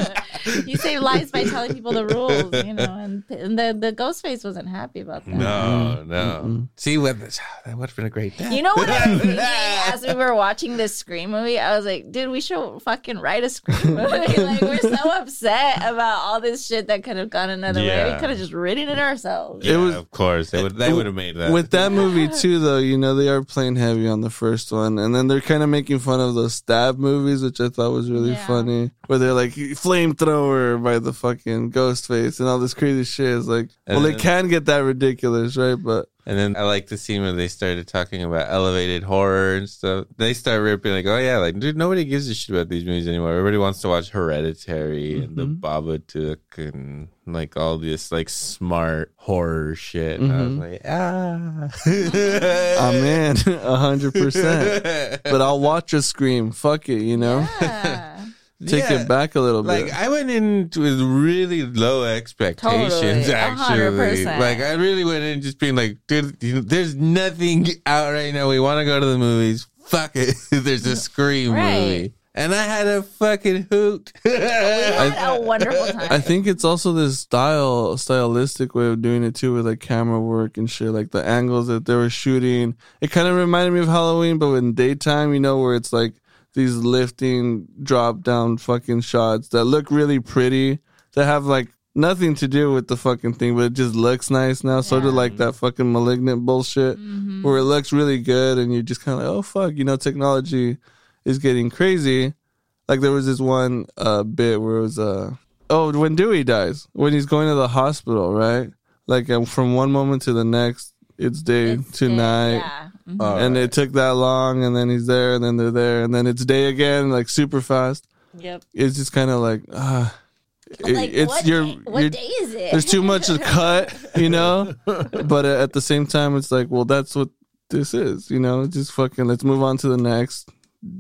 Speaker 4: you saved lives by telling people the rules, you know, and, and the the ghost face wasn't happy about that.
Speaker 2: No,
Speaker 3: Mm-hmm.
Speaker 2: no. See what that would have been a great day.
Speaker 4: You know what I was thinking as we were watching this Scream movie? I was like, dude, we should fucking write a Scream movie. like, we're so upset about all this shit that could have gone another way.
Speaker 2: Yeah.
Speaker 4: We could have just written it ourselves.
Speaker 2: yeah,
Speaker 3: was-
Speaker 2: of course they would. They would have made that.
Speaker 3: With that movie too, though, you know they are playing heavy on the first one, and then they're kind of making fun of those stab movies, which I thought was really
Speaker 4: Yeah.
Speaker 3: funny, where they're like flamethrower by the fucking ghost face and all this crazy shit. Is like, well,
Speaker 2: And
Speaker 3: it
Speaker 2: then-
Speaker 3: can get that ridiculous, right? But
Speaker 2: and then I like the scene where they started talking about elevated horror and stuff. They start ripping like, "Oh yeah, like dude, nobody gives a shit about these movies anymore. Everybody wants to watch Hereditary and
Speaker 3: Mm-hmm.
Speaker 2: The Babadook and like all this like smart horror shit." And I was like, "Ah,
Speaker 3: Mm-hmm. I'm in a hundred percent. But I'll watch a scream. Fuck it, you know.
Speaker 4: Yeah.
Speaker 3: Take
Speaker 2: Yeah.
Speaker 3: it back a little
Speaker 2: Like
Speaker 3: bit.
Speaker 2: I went in with really low expectations.
Speaker 4: Totally, a hundred
Speaker 2: Actually,
Speaker 4: percent.
Speaker 2: like I really went in just being like, dude, you know, there's nothing out right now. We want to go to the movies. Fuck it. there's a Scream
Speaker 4: Right.
Speaker 2: movie, and I had a fucking hoot.
Speaker 4: We had a wonderful time.
Speaker 3: I think it's also this style, stylistic way of doing it too, with like camera work and shit, like the angles that they were shooting. It kind of reminded me of Halloween, but in daytime, you know, where it's like these lifting, drop down fucking shots that look really pretty, that have like nothing to do with the fucking thing, but it just looks nice now. Sort of like that fucking malignant bullshit, where it looks really good, and you're just kind of like, oh fuck, you know, technology is getting crazy. Like there was this one uh, bit where it was uh oh when Dewey dies when he's going to the hospital right like um, from one moment to the next it's day
Speaker 4: It's
Speaker 3: to
Speaker 4: good,
Speaker 3: night
Speaker 4: Yeah. Mhm.
Speaker 3: and it took that long and then he's there and then they're there and then it's day again like super fast
Speaker 4: Yep.
Speaker 3: it's just kind of like ah it-
Speaker 4: Mm-hmm. Like,
Speaker 3: it's
Speaker 4: what,
Speaker 3: your,
Speaker 4: day, what
Speaker 3: your-
Speaker 4: day is it?
Speaker 3: there's too much to cut you know but uh, at the same time it's like well that's what this is you know just fucking let's move on to the next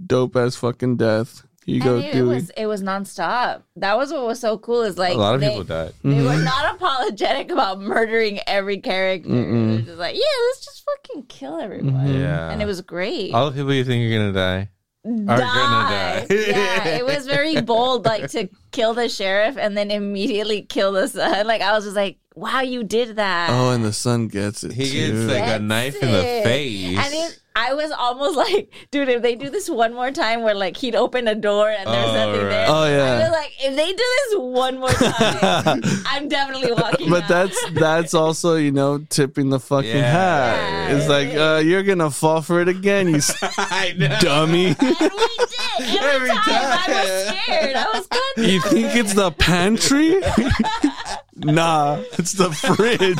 Speaker 3: dope ass fucking death Here you go
Speaker 4: and it, it
Speaker 3: Dewey
Speaker 4: was it was nonstop. That was what was so cool. Is like
Speaker 2: a lot of
Speaker 4: they,
Speaker 2: people died.
Speaker 4: They
Speaker 3: Mm-hmm.
Speaker 4: were not apologetic about murdering every character. They're just like, yeah, let's just fucking kill everyone.
Speaker 3: Mm-hmm.
Speaker 2: Yeah.
Speaker 4: Mm-hmm. And it was great.
Speaker 2: All the people you think Oh, are gonna die.
Speaker 4: Die.
Speaker 2: gonna die.
Speaker 4: yeah, it was very bold, like to kill the sheriff and then immediately kill the son. Like I was just like, wow, you did that.
Speaker 3: Oh, and the son gets it.
Speaker 2: He
Speaker 3: too.
Speaker 2: gets like
Speaker 4: That's
Speaker 2: a knife in the
Speaker 4: it.
Speaker 2: face.
Speaker 4: And it, I was almost like, dude, if they do this one more time, where like he'd open a door and there's
Speaker 2: Oh,
Speaker 4: nothing
Speaker 2: right.
Speaker 4: there.
Speaker 3: Oh, yeah.
Speaker 4: I was like, if they do this one more time, I'm definitely walking.
Speaker 3: But
Speaker 4: out.
Speaker 3: that's that's also you know tipping the fucking
Speaker 2: Yeah.
Speaker 3: hat. It's like uh, you're gonna fall for it again, you s-
Speaker 2: I know.
Speaker 3: dummy.
Speaker 4: And we did every,
Speaker 2: Every
Speaker 4: time. I was
Speaker 2: time.
Speaker 4: scared. I was good.
Speaker 3: You think it's the pantry? nah, it's the fridge.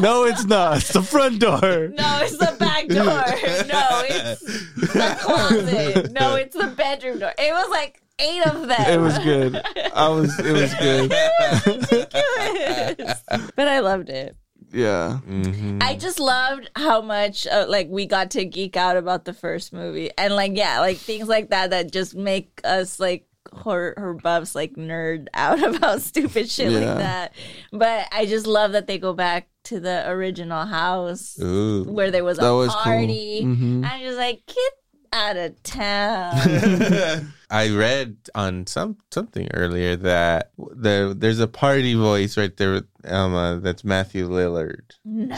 Speaker 3: no, it's not. It's the front door.
Speaker 4: No, it's the back door. No, it's the closet. No, it's the bedroom door. It was like eight of them.
Speaker 3: It was good. I was. It was good.
Speaker 4: but I loved it.
Speaker 3: Yeah.
Speaker 2: Mm-hmm.
Speaker 4: I just loved how much uh, like we got to geek out about the first movie, and like yeah, like things like that that just make us like horror, horror buffs like nerd out about stupid shit
Speaker 3: Yeah.
Speaker 4: like that. But I just love that they go back to the original house
Speaker 2: Ooh.
Speaker 4: where there was
Speaker 3: That
Speaker 4: a
Speaker 3: was cool.
Speaker 4: party. And I was like, get out of town.
Speaker 2: I read on some something earlier that the there's a party voice right there with Elma that's Matthew Lillard.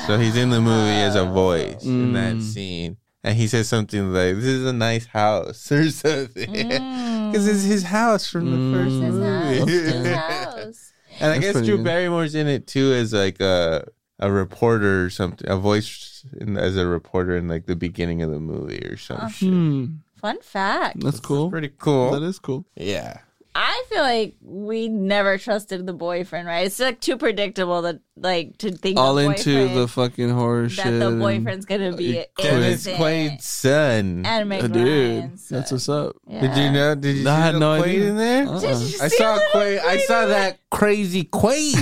Speaker 2: So he's in the movie as a voice in
Speaker 3: Mm.
Speaker 2: that scene. And he says something like, This is a nice house or something. Because it's his house from the first
Speaker 4: Mm. His house, his
Speaker 2: movie.
Speaker 4: house.
Speaker 2: and I
Speaker 3: Mm. That's
Speaker 2: guess
Speaker 3: pretty
Speaker 2: Drew
Speaker 3: good.
Speaker 2: Barrymore's in it too as like a a reporter or something, a voice in, as a reporter in like the beginning of the movie or some shit.
Speaker 3: Hmm,
Speaker 4: Mm-hmm. Fun fact.
Speaker 3: that's cool.
Speaker 2: Pretty cool.
Speaker 3: That is cool.
Speaker 2: yeah.
Speaker 4: I feel like we never trusted the boyfriend, right? It's like too predictable that like to think
Speaker 3: All
Speaker 4: the
Speaker 3: into the
Speaker 4: boyfriend-
Speaker 3: fucking horror shit.
Speaker 4: that the
Speaker 3: and-
Speaker 4: boyfriend's gonna be
Speaker 3: Quaid.
Speaker 2: Dennis
Speaker 4: innocent
Speaker 2: Quaid's son.
Speaker 4: Oh, and make
Speaker 3: Uh, dude,
Speaker 4: Ryan suck.
Speaker 3: that's what's up.
Speaker 4: Yeah.
Speaker 2: Did you know? Did you
Speaker 3: I
Speaker 2: see
Speaker 3: had
Speaker 2: the
Speaker 3: no
Speaker 2: Quaid
Speaker 3: idea.
Speaker 2: in there?
Speaker 3: Uh-uh.
Speaker 4: Did you
Speaker 2: I
Speaker 4: see
Speaker 2: saw
Speaker 4: a little
Speaker 2: Quaid. I saw that crazy Quaid.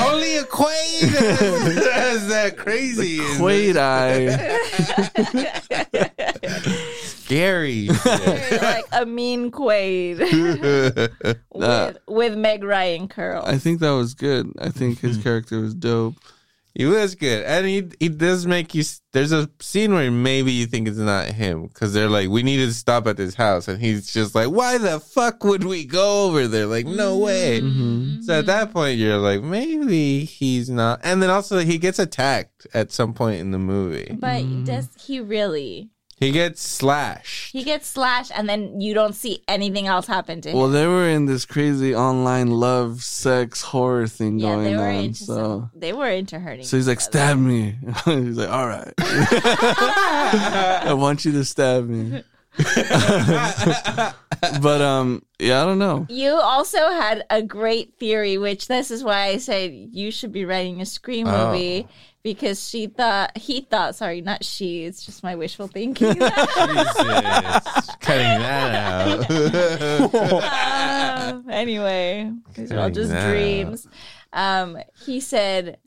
Speaker 2: Only a Quaid has that crazy. and
Speaker 3: Quaid eye.
Speaker 2: Scary.
Speaker 4: like a mean Quaid with, with Meg Ryan curl.
Speaker 3: I think that was good. I think his character was dope.
Speaker 2: he was good, and he he does make you. s- There's a scene where maybe you think it's not him because they're like, we need to stop at this house, and he's just like, why the fuck would we go over there? Like, no way.
Speaker 4: Mm-hmm.
Speaker 2: So at that point, you're like, maybe he's not. And then also, he gets attacked at some point in the movie.
Speaker 4: but does he really?
Speaker 2: He gets slashed.
Speaker 4: He gets slashed, and then you don't see anything else happen to him.
Speaker 3: Well, they were in this crazy online love, sex, horror thing
Speaker 4: yeah,
Speaker 3: going
Speaker 4: they were
Speaker 3: on.
Speaker 4: into
Speaker 3: So,
Speaker 4: some- they were into hurting.
Speaker 3: so he's like, stab me. he's like, all right. I want you to stab me. but um, yeah, I don't know.
Speaker 4: you also had a great theory, which this is why I said you should be writing a screen
Speaker 2: Oh.
Speaker 4: movie because she thought he thought sorry, not she. It's just my wishful thinking.
Speaker 2: Jesus. Cutting that out.
Speaker 4: Uh, anyway, these are all
Speaker 2: Cutting
Speaker 4: just
Speaker 2: that
Speaker 4: dreams. Um, he said,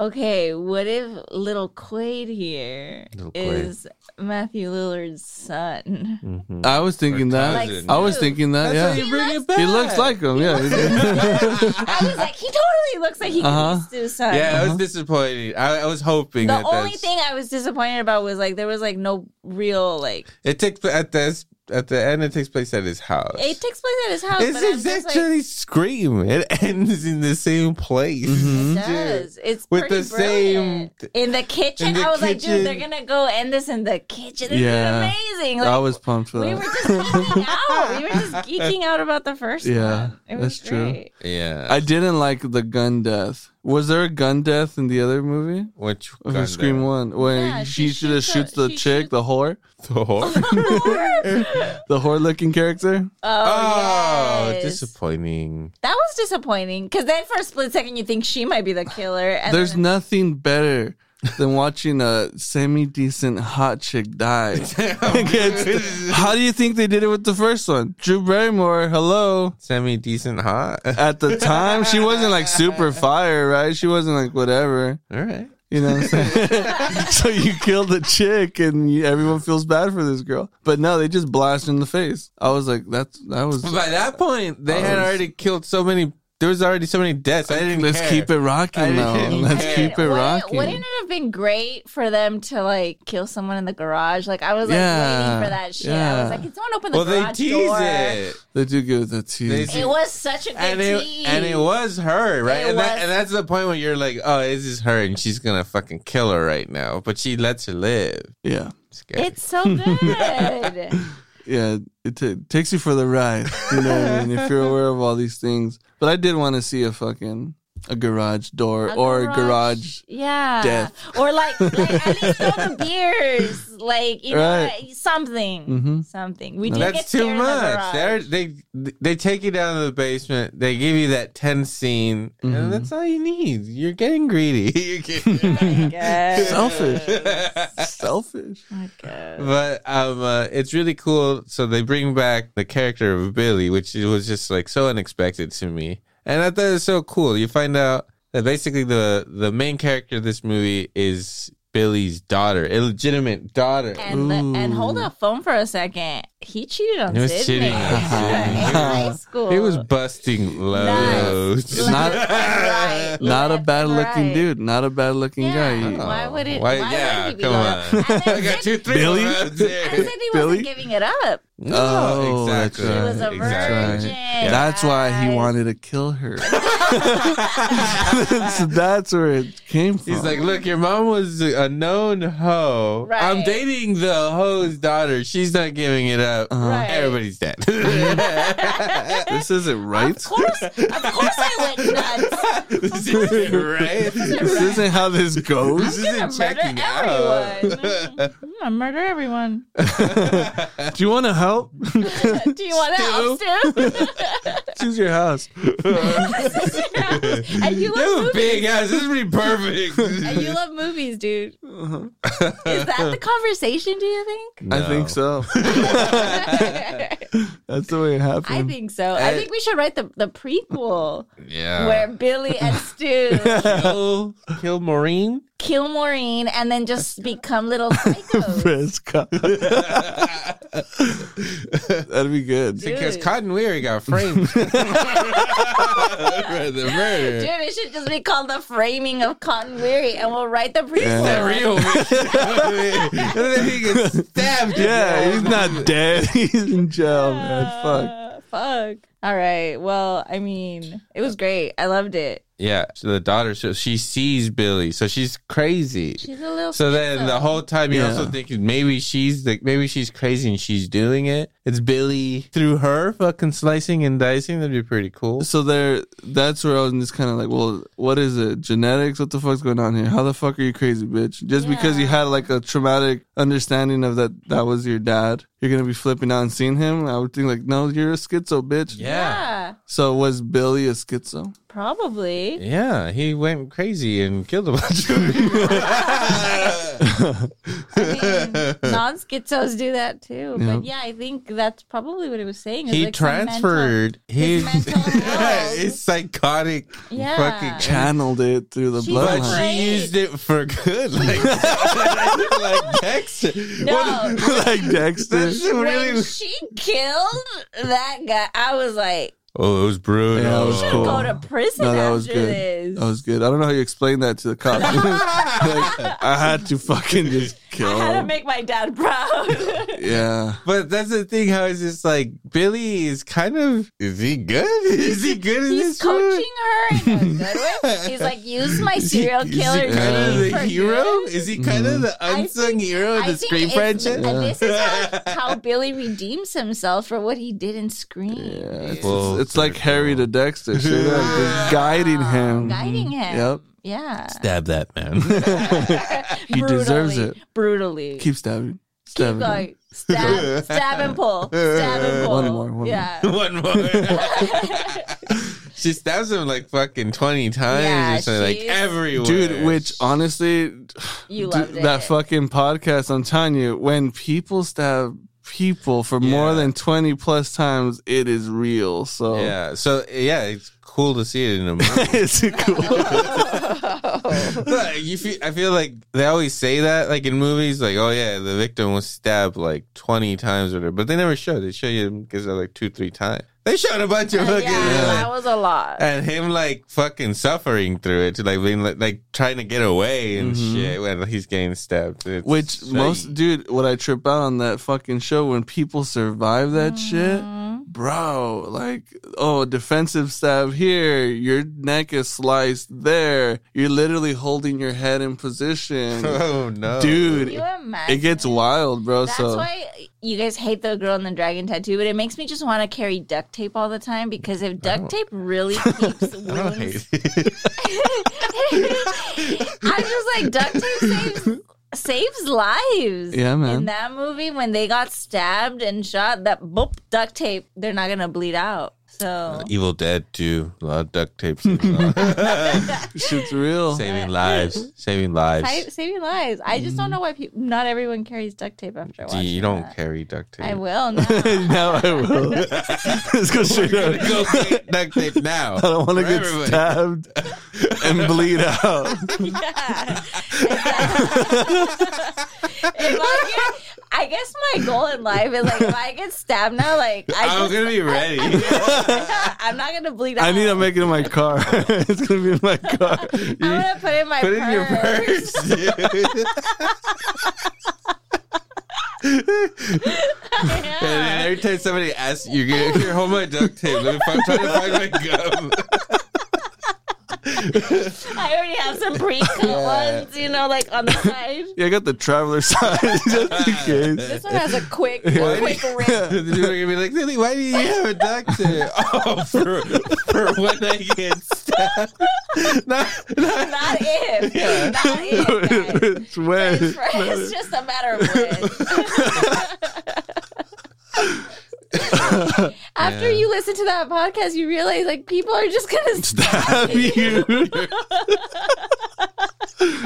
Speaker 4: "Okay, what if little Quaid here is
Speaker 2: Little Quaid.
Speaker 4: Matthew Lillard's son?"
Speaker 3: I was thinking that.
Speaker 2: cousin.
Speaker 3: I was thinking that.
Speaker 2: That's
Speaker 3: yeah,
Speaker 2: how you bring it back.
Speaker 3: he looks like him. Yeah.
Speaker 4: I was like, he totally looks like he
Speaker 3: Uh-huh.
Speaker 4: could be Stu's son.
Speaker 2: Yeah, I was disappointed. I, I was hoping
Speaker 4: The
Speaker 2: that
Speaker 4: only
Speaker 2: that's-
Speaker 4: thing I was disappointed about was like there was like no real like
Speaker 2: it takes pla- at this at the end. It takes place at his house.
Speaker 4: it takes place at his house.
Speaker 2: it's
Speaker 4: but I'm just, like,
Speaker 2: essentially Scream. It ends in the same place.
Speaker 4: It does. It's
Speaker 2: Mm-hmm. With
Speaker 4: pretty
Speaker 2: the same-
Speaker 4: brilliant. in the kitchen.
Speaker 2: In the
Speaker 4: I was like,
Speaker 2: kitchen.
Speaker 4: dude, they're gonna go end this in the kitchen. This
Speaker 3: Yeah.
Speaker 4: is amazing.
Speaker 3: I
Speaker 4: Like,
Speaker 3: was pumped for
Speaker 4: we
Speaker 3: that.
Speaker 4: were just geeking out. We were just geeking out about the first
Speaker 3: Yeah,
Speaker 4: one. It was
Speaker 3: that's true.
Speaker 4: great.
Speaker 2: Yeah.
Speaker 3: I didn't like the gun death. Was there a gun death in the other movie?
Speaker 2: Which
Speaker 3: Of
Speaker 2: gun
Speaker 3: Scream
Speaker 2: though?
Speaker 3: One, when
Speaker 4: Yeah,
Speaker 3: she,
Speaker 4: she
Speaker 3: should have shoots
Speaker 4: shoots the-
Speaker 3: the
Speaker 4: she
Speaker 3: chick,
Speaker 4: shoots-
Speaker 3: the whore,
Speaker 2: The horror.
Speaker 3: the whore-looking character.
Speaker 4: Oh,
Speaker 2: oh,
Speaker 4: yes.
Speaker 2: disappointing.
Speaker 4: that was disappointing. Because then for a split second you think she might be the killer. And
Speaker 3: There's
Speaker 4: then-
Speaker 3: nothing better than watching a semi-decent hot chick die. It's- How do you think they did it with the first one? Drew Barrymore, hello.
Speaker 2: Semi decent hot.
Speaker 3: At the time, she wasn't like super fire, right? She wasn't like whatever.
Speaker 2: All right.
Speaker 3: You know what I'm saying? so you kill the chick and you, everyone feels bad for this girl. But no, they just blast her in the face. I was like, that's, that was.
Speaker 2: By that point, they
Speaker 3: I
Speaker 2: had
Speaker 3: was-
Speaker 2: already killed so many. There was already so many deaths. I didn't.
Speaker 3: Let's
Speaker 2: care.
Speaker 3: keep it rocking
Speaker 2: I
Speaker 3: now.
Speaker 2: didn't
Speaker 3: Let's
Speaker 2: care.
Speaker 3: keep it
Speaker 4: Wouldn't-
Speaker 3: rocking.
Speaker 4: Wouldn't it have been great for them to like kill someone in the garage? Like I was like
Speaker 3: Yeah,
Speaker 4: waiting for that shit. I
Speaker 3: yeah.
Speaker 4: was like, can someone open the
Speaker 2: Well, they
Speaker 4: garage
Speaker 2: tease
Speaker 4: door?
Speaker 2: it,
Speaker 3: They do give it the tease.
Speaker 2: They-
Speaker 4: It was such a good
Speaker 2: and it
Speaker 4: tease.
Speaker 2: and it was her, right?
Speaker 4: It
Speaker 2: And, that,
Speaker 4: was-
Speaker 2: and that's the point where you're like, oh, this is her, and she's gonna fucking kill her right now. But she lets her live.
Speaker 3: Yeah.
Speaker 2: Scary.
Speaker 4: It's so good.
Speaker 3: yeah, it ta takes you for the ride. You know what I mean? If you're aware of all these things. But I did want to see a fucking a garage door
Speaker 4: A
Speaker 3: or a garage.
Speaker 4: yeah,
Speaker 3: death.
Speaker 4: or like, like at least throw the beers, like you know,
Speaker 3: Right.
Speaker 4: something,
Speaker 3: Mhm.
Speaker 4: something. We did get
Speaker 2: That's
Speaker 4: scared
Speaker 2: too
Speaker 4: in the
Speaker 2: much.
Speaker 4: garage.
Speaker 2: They're, they they take you down to the basement. They give you that tense scene, and that's all you need. You're getting greedy. You're getting-
Speaker 4: I guess.
Speaker 3: Selfish. Selfish.
Speaker 4: I guess.
Speaker 2: but um, uh, it's really cool. So they bring back the character of Billy, which it was just like so unexpected to me, and I thought it was so cool. You find out that basically the the main character of this movie is Billy's daughter, illegitimate daughter.
Speaker 4: And, the, and hold
Speaker 3: Ooh.
Speaker 4: up phone for a second. he cheated on
Speaker 2: He was
Speaker 4: Sydney
Speaker 2: cheating
Speaker 4: in
Speaker 2: on Sydney.
Speaker 4: high school.
Speaker 2: He was busting loads.
Speaker 4: Left,
Speaker 3: Not-
Speaker 4: right,
Speaker 3: Not a
Speaker 4: left,
Speaker 3: bad looking
Speaker 4: right.
Speaker 3: dude. Not a bad looking
Speaker 4: Yeah.
Speaker 3: guy.
Speaker 2: Oh.
Speaker 4: Why would it?
Speaker 2: Why-
Speaker 4: Why,
Speaker 2: yeah,
Speaker 4: would he be
Speaker 2: come
Speaker 4: like-
Speaker 2: on.
Speaker 4: And then
Speaker 2: I got
Speaker 4: Sydney-
Speaker 2: two, three
Speaker 3: Billy?
Speaker 2: more out
Speaker 4: and
Speaker 2: there.
Speaker 4: Sydney
Speaker 3: Billy?
Speaker 4: wasn't giving it up.
Speaker 2: No,
Speaker 3: Oh, that's
Speaker 2: exactly.
Speaker 3: right.
Speaker 4: He was a
Speaker 2: Exactly.
Speaker 4: virgin.
Speaker 2: Yeah.
Speaker 3: That's why he
Speaker 4: guys.
Speaker 3: wanted to kill her. so that's where it came from.
Speaker 2: He's like, look, your mom was a known hoe.
Speaker 4: Right.
Speaker 2: I'm dating the hoe's daughter. She's not giving it up.
Speaker 3: Uh-huh.
Speaker 4: Right.
Speaker 2: Everybody's dead.
Speaker 3: this isn't right.
Speaker 4: Of course, of course, I went nuts.
Speaker 2: this isn't right.
Speaker 3: This isn't how this
Speaker 2: This
Speaker 3: goes.
Speaker 4: I'm
Speaker 2: isn't
Speaker 4: gonna
Speaker 2: checking
Speaker 4: murder
Speaker 2: out.
Speaker 4: everyone. I'm gonna murder everyone.
Speaker 3: Do you want to help?
Speaker 4: Do you want to help, Stu?
Speaker 3: Choose your house.
Speaker 4: and you
Speaker 2: You
Speaker 4: love
Speaker 2: have a
Speaker 4: movies.
Speaker 2: big ass. This would be perfect.
Speaker 4: And you love movies, dude. Is that the conversation? Do you think?
Speaker 3: I think so. That's the way it happened.
Speaker 4: I think so. I
Speaker 2: Uh,
Speaker 4: think we should write the the prequel
Speaker 2: Yeah.
Speaker 4: where Billy and Stu
Speaker 2: kill, kill Maureen?
Speaker 4: kill Maureen and then just become little psychos.
Speaker 3: Fresca. That'd be good.
Speaker 2: Because
Speaker 4: Dude.
Speaker 2: Cotton Weary got framed for the murder.
Speaker 4: Dude, it should just be called the framing of Cotton Weary, and we'll write the
Speaker 3: Is
Speaker 4: prequel.
Speaker 3: that
Speaker 2: real. and then he gets stabbed.
Speaker 3: Yeah, he's not dead. He's in jail, man. Fuck.
Speaker 4: Uh, fuck. All right. Well, I mean, it was great. I loved it.
Speaker 2: Yeah, so the daughter. So she sees Billy. So she's crazy.
Speaker 4: She's a little.
Speaker 2: So then the
Speaker 4: schizo.
Speaker 2: whole time you're
Speaker 3: Yeah.
Speaker 2: also thinking maybe she's like maybe she's crazy and she's doing it. It's Billy through her fucking slicing and dicing. That'd be pretty cool.
Speaker 3: So there, that's where I was just kind of like, well, what is it? Genetics? What the fuck's going on here? How the fuck are you crazy, bitch? Just because you
Speaker 4: Yeah.
Speaker 3: had like a traumatic understanding of that that was your dad, you're gonna be flipping out and seeing him. I would think like, no, you're a schizo, bitch.
Speaker 4: Yeah,
Speaker 3: So was Billy a schizo?
Speaker 4: probably.
Speaker 2: Yeah, he went crazy and killed a bunch of people.
Speaker 4: non schizos do that too.
Speaker 3: Yeah.
Speaker 4: But yeah, I think that's probably what he was saying. is
Speaker 2: he
Speaker 4: like some
Speaker 2: transferred
Speaker 4: his
Speaker 2: his,
Speaker 4: mental world.
Speaker 2: his psychotic
Speaker 4: Yeah.
Speaker 2: fucking
Speaker 3: Channeled it through the
Speaker 4: She
Speaker 2: But
Speaker 4: was
Speaker 3: bloodline.
Speaker 4: Right.
Speaker 2: she used it for good, like, like Dexter.
Speaker 4: Mental... No,
Speaker 3: like Dexter.
Speaker 2: That's the
Speaker 4: when
Speaker 2: really.
Speaker 4: she killed that guy, I was like,
Speaker 2: Oh, it was brutal.
Speaker 3: Yeah, it was
Speaker 4: "You
Speaker 3: cool.
Speaker 4: go to prison
Speaker 3: No, that
Speaker 4: after
Speaker 3: was good.
Speaker 4: this.
Speaker 3: That was good. I don't know how you explain that to the cops. Like, I had to fucking just
Speaker 4: I
Speaker 3: kill
Speaker 4: had to
Speaker 3: him.
Speaker 4: make my dad proud.
Speaker 3: yeah.
Speaker 2: But that's the thing. How it's just like Billy is kind of. Is he good? Is he good in
Speaker 4: He's
Speaker 2: this? movie?
Speaker 4: coaching her in a good way. He's like, use my
Speaker 2: Is he-
Speaker 4: serial killer
Speaker 2: Is he kind of
Speaker 4: name
Speaker 2: the
Speaker 4: for
Speaker 2: hero?
Speaker 4: good."
Speaker 2: Is he kind
Speaker 3: Mm-hmm.
Speaker 2: of the
Speaker 4: I
Speaker 2: unsung
Speaker 4: think-
Speaker 2: hero of
Speaker 4: I
Speaker 2: the
Speaker 4: think
Speaker 2: screen
Speaker 4: it's-
Speaker 2: franchise?
Speaker 4: and This is how, how Billy redeems himself for what he did in Scream.
Speaker 3: It's,
Speaker 2: Full
Speaker 3: it's like Harry to Dexter. Straight up, just guiding him.
Speaker 4: Guiding him.
Speaker 3: Yep.
Speaker 4: Yeah.
Speaker 2: Stab that man.
Speaker 3: He deserves it.
Speaker 4: Brutally, Brutally.
Speaker 3: Keep stabbing.
Speaker 4: Keep
Speaker 3: Stabbing. him.
Speaker 4: going. Stab, stab and pull. Stab and pull.
Speaker 3: One more, one
Speaker 4: yeah.
Speaker 2: One more. she stabs him like fucking twenty times
Speaker 4: Yeah,
Speaker 2: or something, like
Speaker 4: she's-
Speaker 2: everywhere,
Speaker 3: Dude, which honestly,
Speaker 4: You
Speaker 3: d-
Speaker 4: loved it.
Speaker 3: that fucking podcast, I'm telling you, when people stab people for more
Speaker 2: Yeah.
Speaker 3: than 20 plus times, it is real. So
Speaker 2: Yeah. So yeah, it's cool to see it in a movie.
Speaker 3: it's cool.
Speaker 2: Like, you feel, I feel like they always say that, like in movies, like oh yeah, the victim was stabbed like twenty times or whatever, but they never show. They show you because they're like two, three times. They showed a bunch of
Speaker 4: Uh, yeah,
Speaker 2: fucking
Speaker 4: that was a lot.
Speaker 2: and him like fucking suffering through it, like being like, like trying to get away and shit when he's getting stabbed. It's
Speaker 3: Mm-hmm. Which
Speaker 2: like-
Speaker 3: most dude, what I trip out on that fucking show when people survive that
Speaker 4: Mm-hmm.
Speaker 3: shit, bro. Like, oh, defensive stab here, your neck is sliced there. You're literally holding your head in position,
Speaker 2: oh no,
Speaker 4: Can
Speaker 3: dude.
Speaker 4: you imagine?
Speaker 3: It gets wild, bro.
Speaker 4: That's
Speaker 3: so
Speaker 4: why you guys hate the girl in the dragon tattoo, but it makes me just want to carry duct tape all the time because if
Speaker 3: Oh.
Speaker 4: duct tape really keeps
Speaker 2: I don't hate
Speaker 4: wings,
Speaker 2: it.
Speaker 4: I'm just like duct tape saves saves lives.
Speaker 3: Yeah, man.
Speaker 4: In that movie, when they got stabbed and shot, that boop duct tape, they're not gonna bleed out. So
Speaker 3: Uh,
Speaker 2: Evil Dead too. A lot of duct tape. saving
Speaker 3: shit's real.
Speaker 2: lives. Saving lives.
Speaker 4: I, saving lives. I
Speaker 3: Mm-hmm.
Speaker 4: just don't know why people. Not everyone carries duct tape after
Speaker 2: Do
Speaker 4: watching.
Speaker 2: you don't
Speaker 4: that.
Speaker 2: carry duct tape.
Speaker 4: I will now.
Speaker 3: now I will. Let's go straight up.
Speaker 2: Go get duct tape now.
Speaker 3: I don't want to
Speaker 2: For
Speaker 3: get
Speaker 2: everybody.
Speaker 3: stabbed and bleed out.
Speaker 4: Yeah. if I, get, I guess my goal in life is like if I get stabbed now, like I
Speaker 2: I'm
Speaker 4: just-
Speaker 2: gonna be ready.
Speaker 4: I'm not gonna bleed out.
Speaker 3: I need to make it in my car. it's gonna be in my car.
Speaker 4: I'm gonna put it in my
Speaker 2: Put it in your purse, dude. And then
Speaker 4: yeah.
Speaker 2: every time somebody asks, you're gonna you're hold my duct tape. Let me find, try to find my gum.
Speaker 4: I already have some pre-cut ones, you know, like on the side.
Speaker 3: Yeah, I got the traveler size just in case.
Speaker 4: This one has a quick,
Speaker 2: Why
Speaker 4: quick
Speaker 2: do you-
Speaker 4: rip.
Speaker 2: They're gonna be like, Lily, why do you have a duct tape? Oh, for, for when I get stabbed. No, no.
Speaker 4: Not if.
Speaker 2: Yeah.
Speaker 4: Not if. guys.
Speaker 3: it's wet.
Speaker 4: It's, for- it's just a matter of when. After
Speaker 2: Yeah.
Speaker 4: you listen to that podcast, you realize like people are just gonna
Speaker 3: Stab you.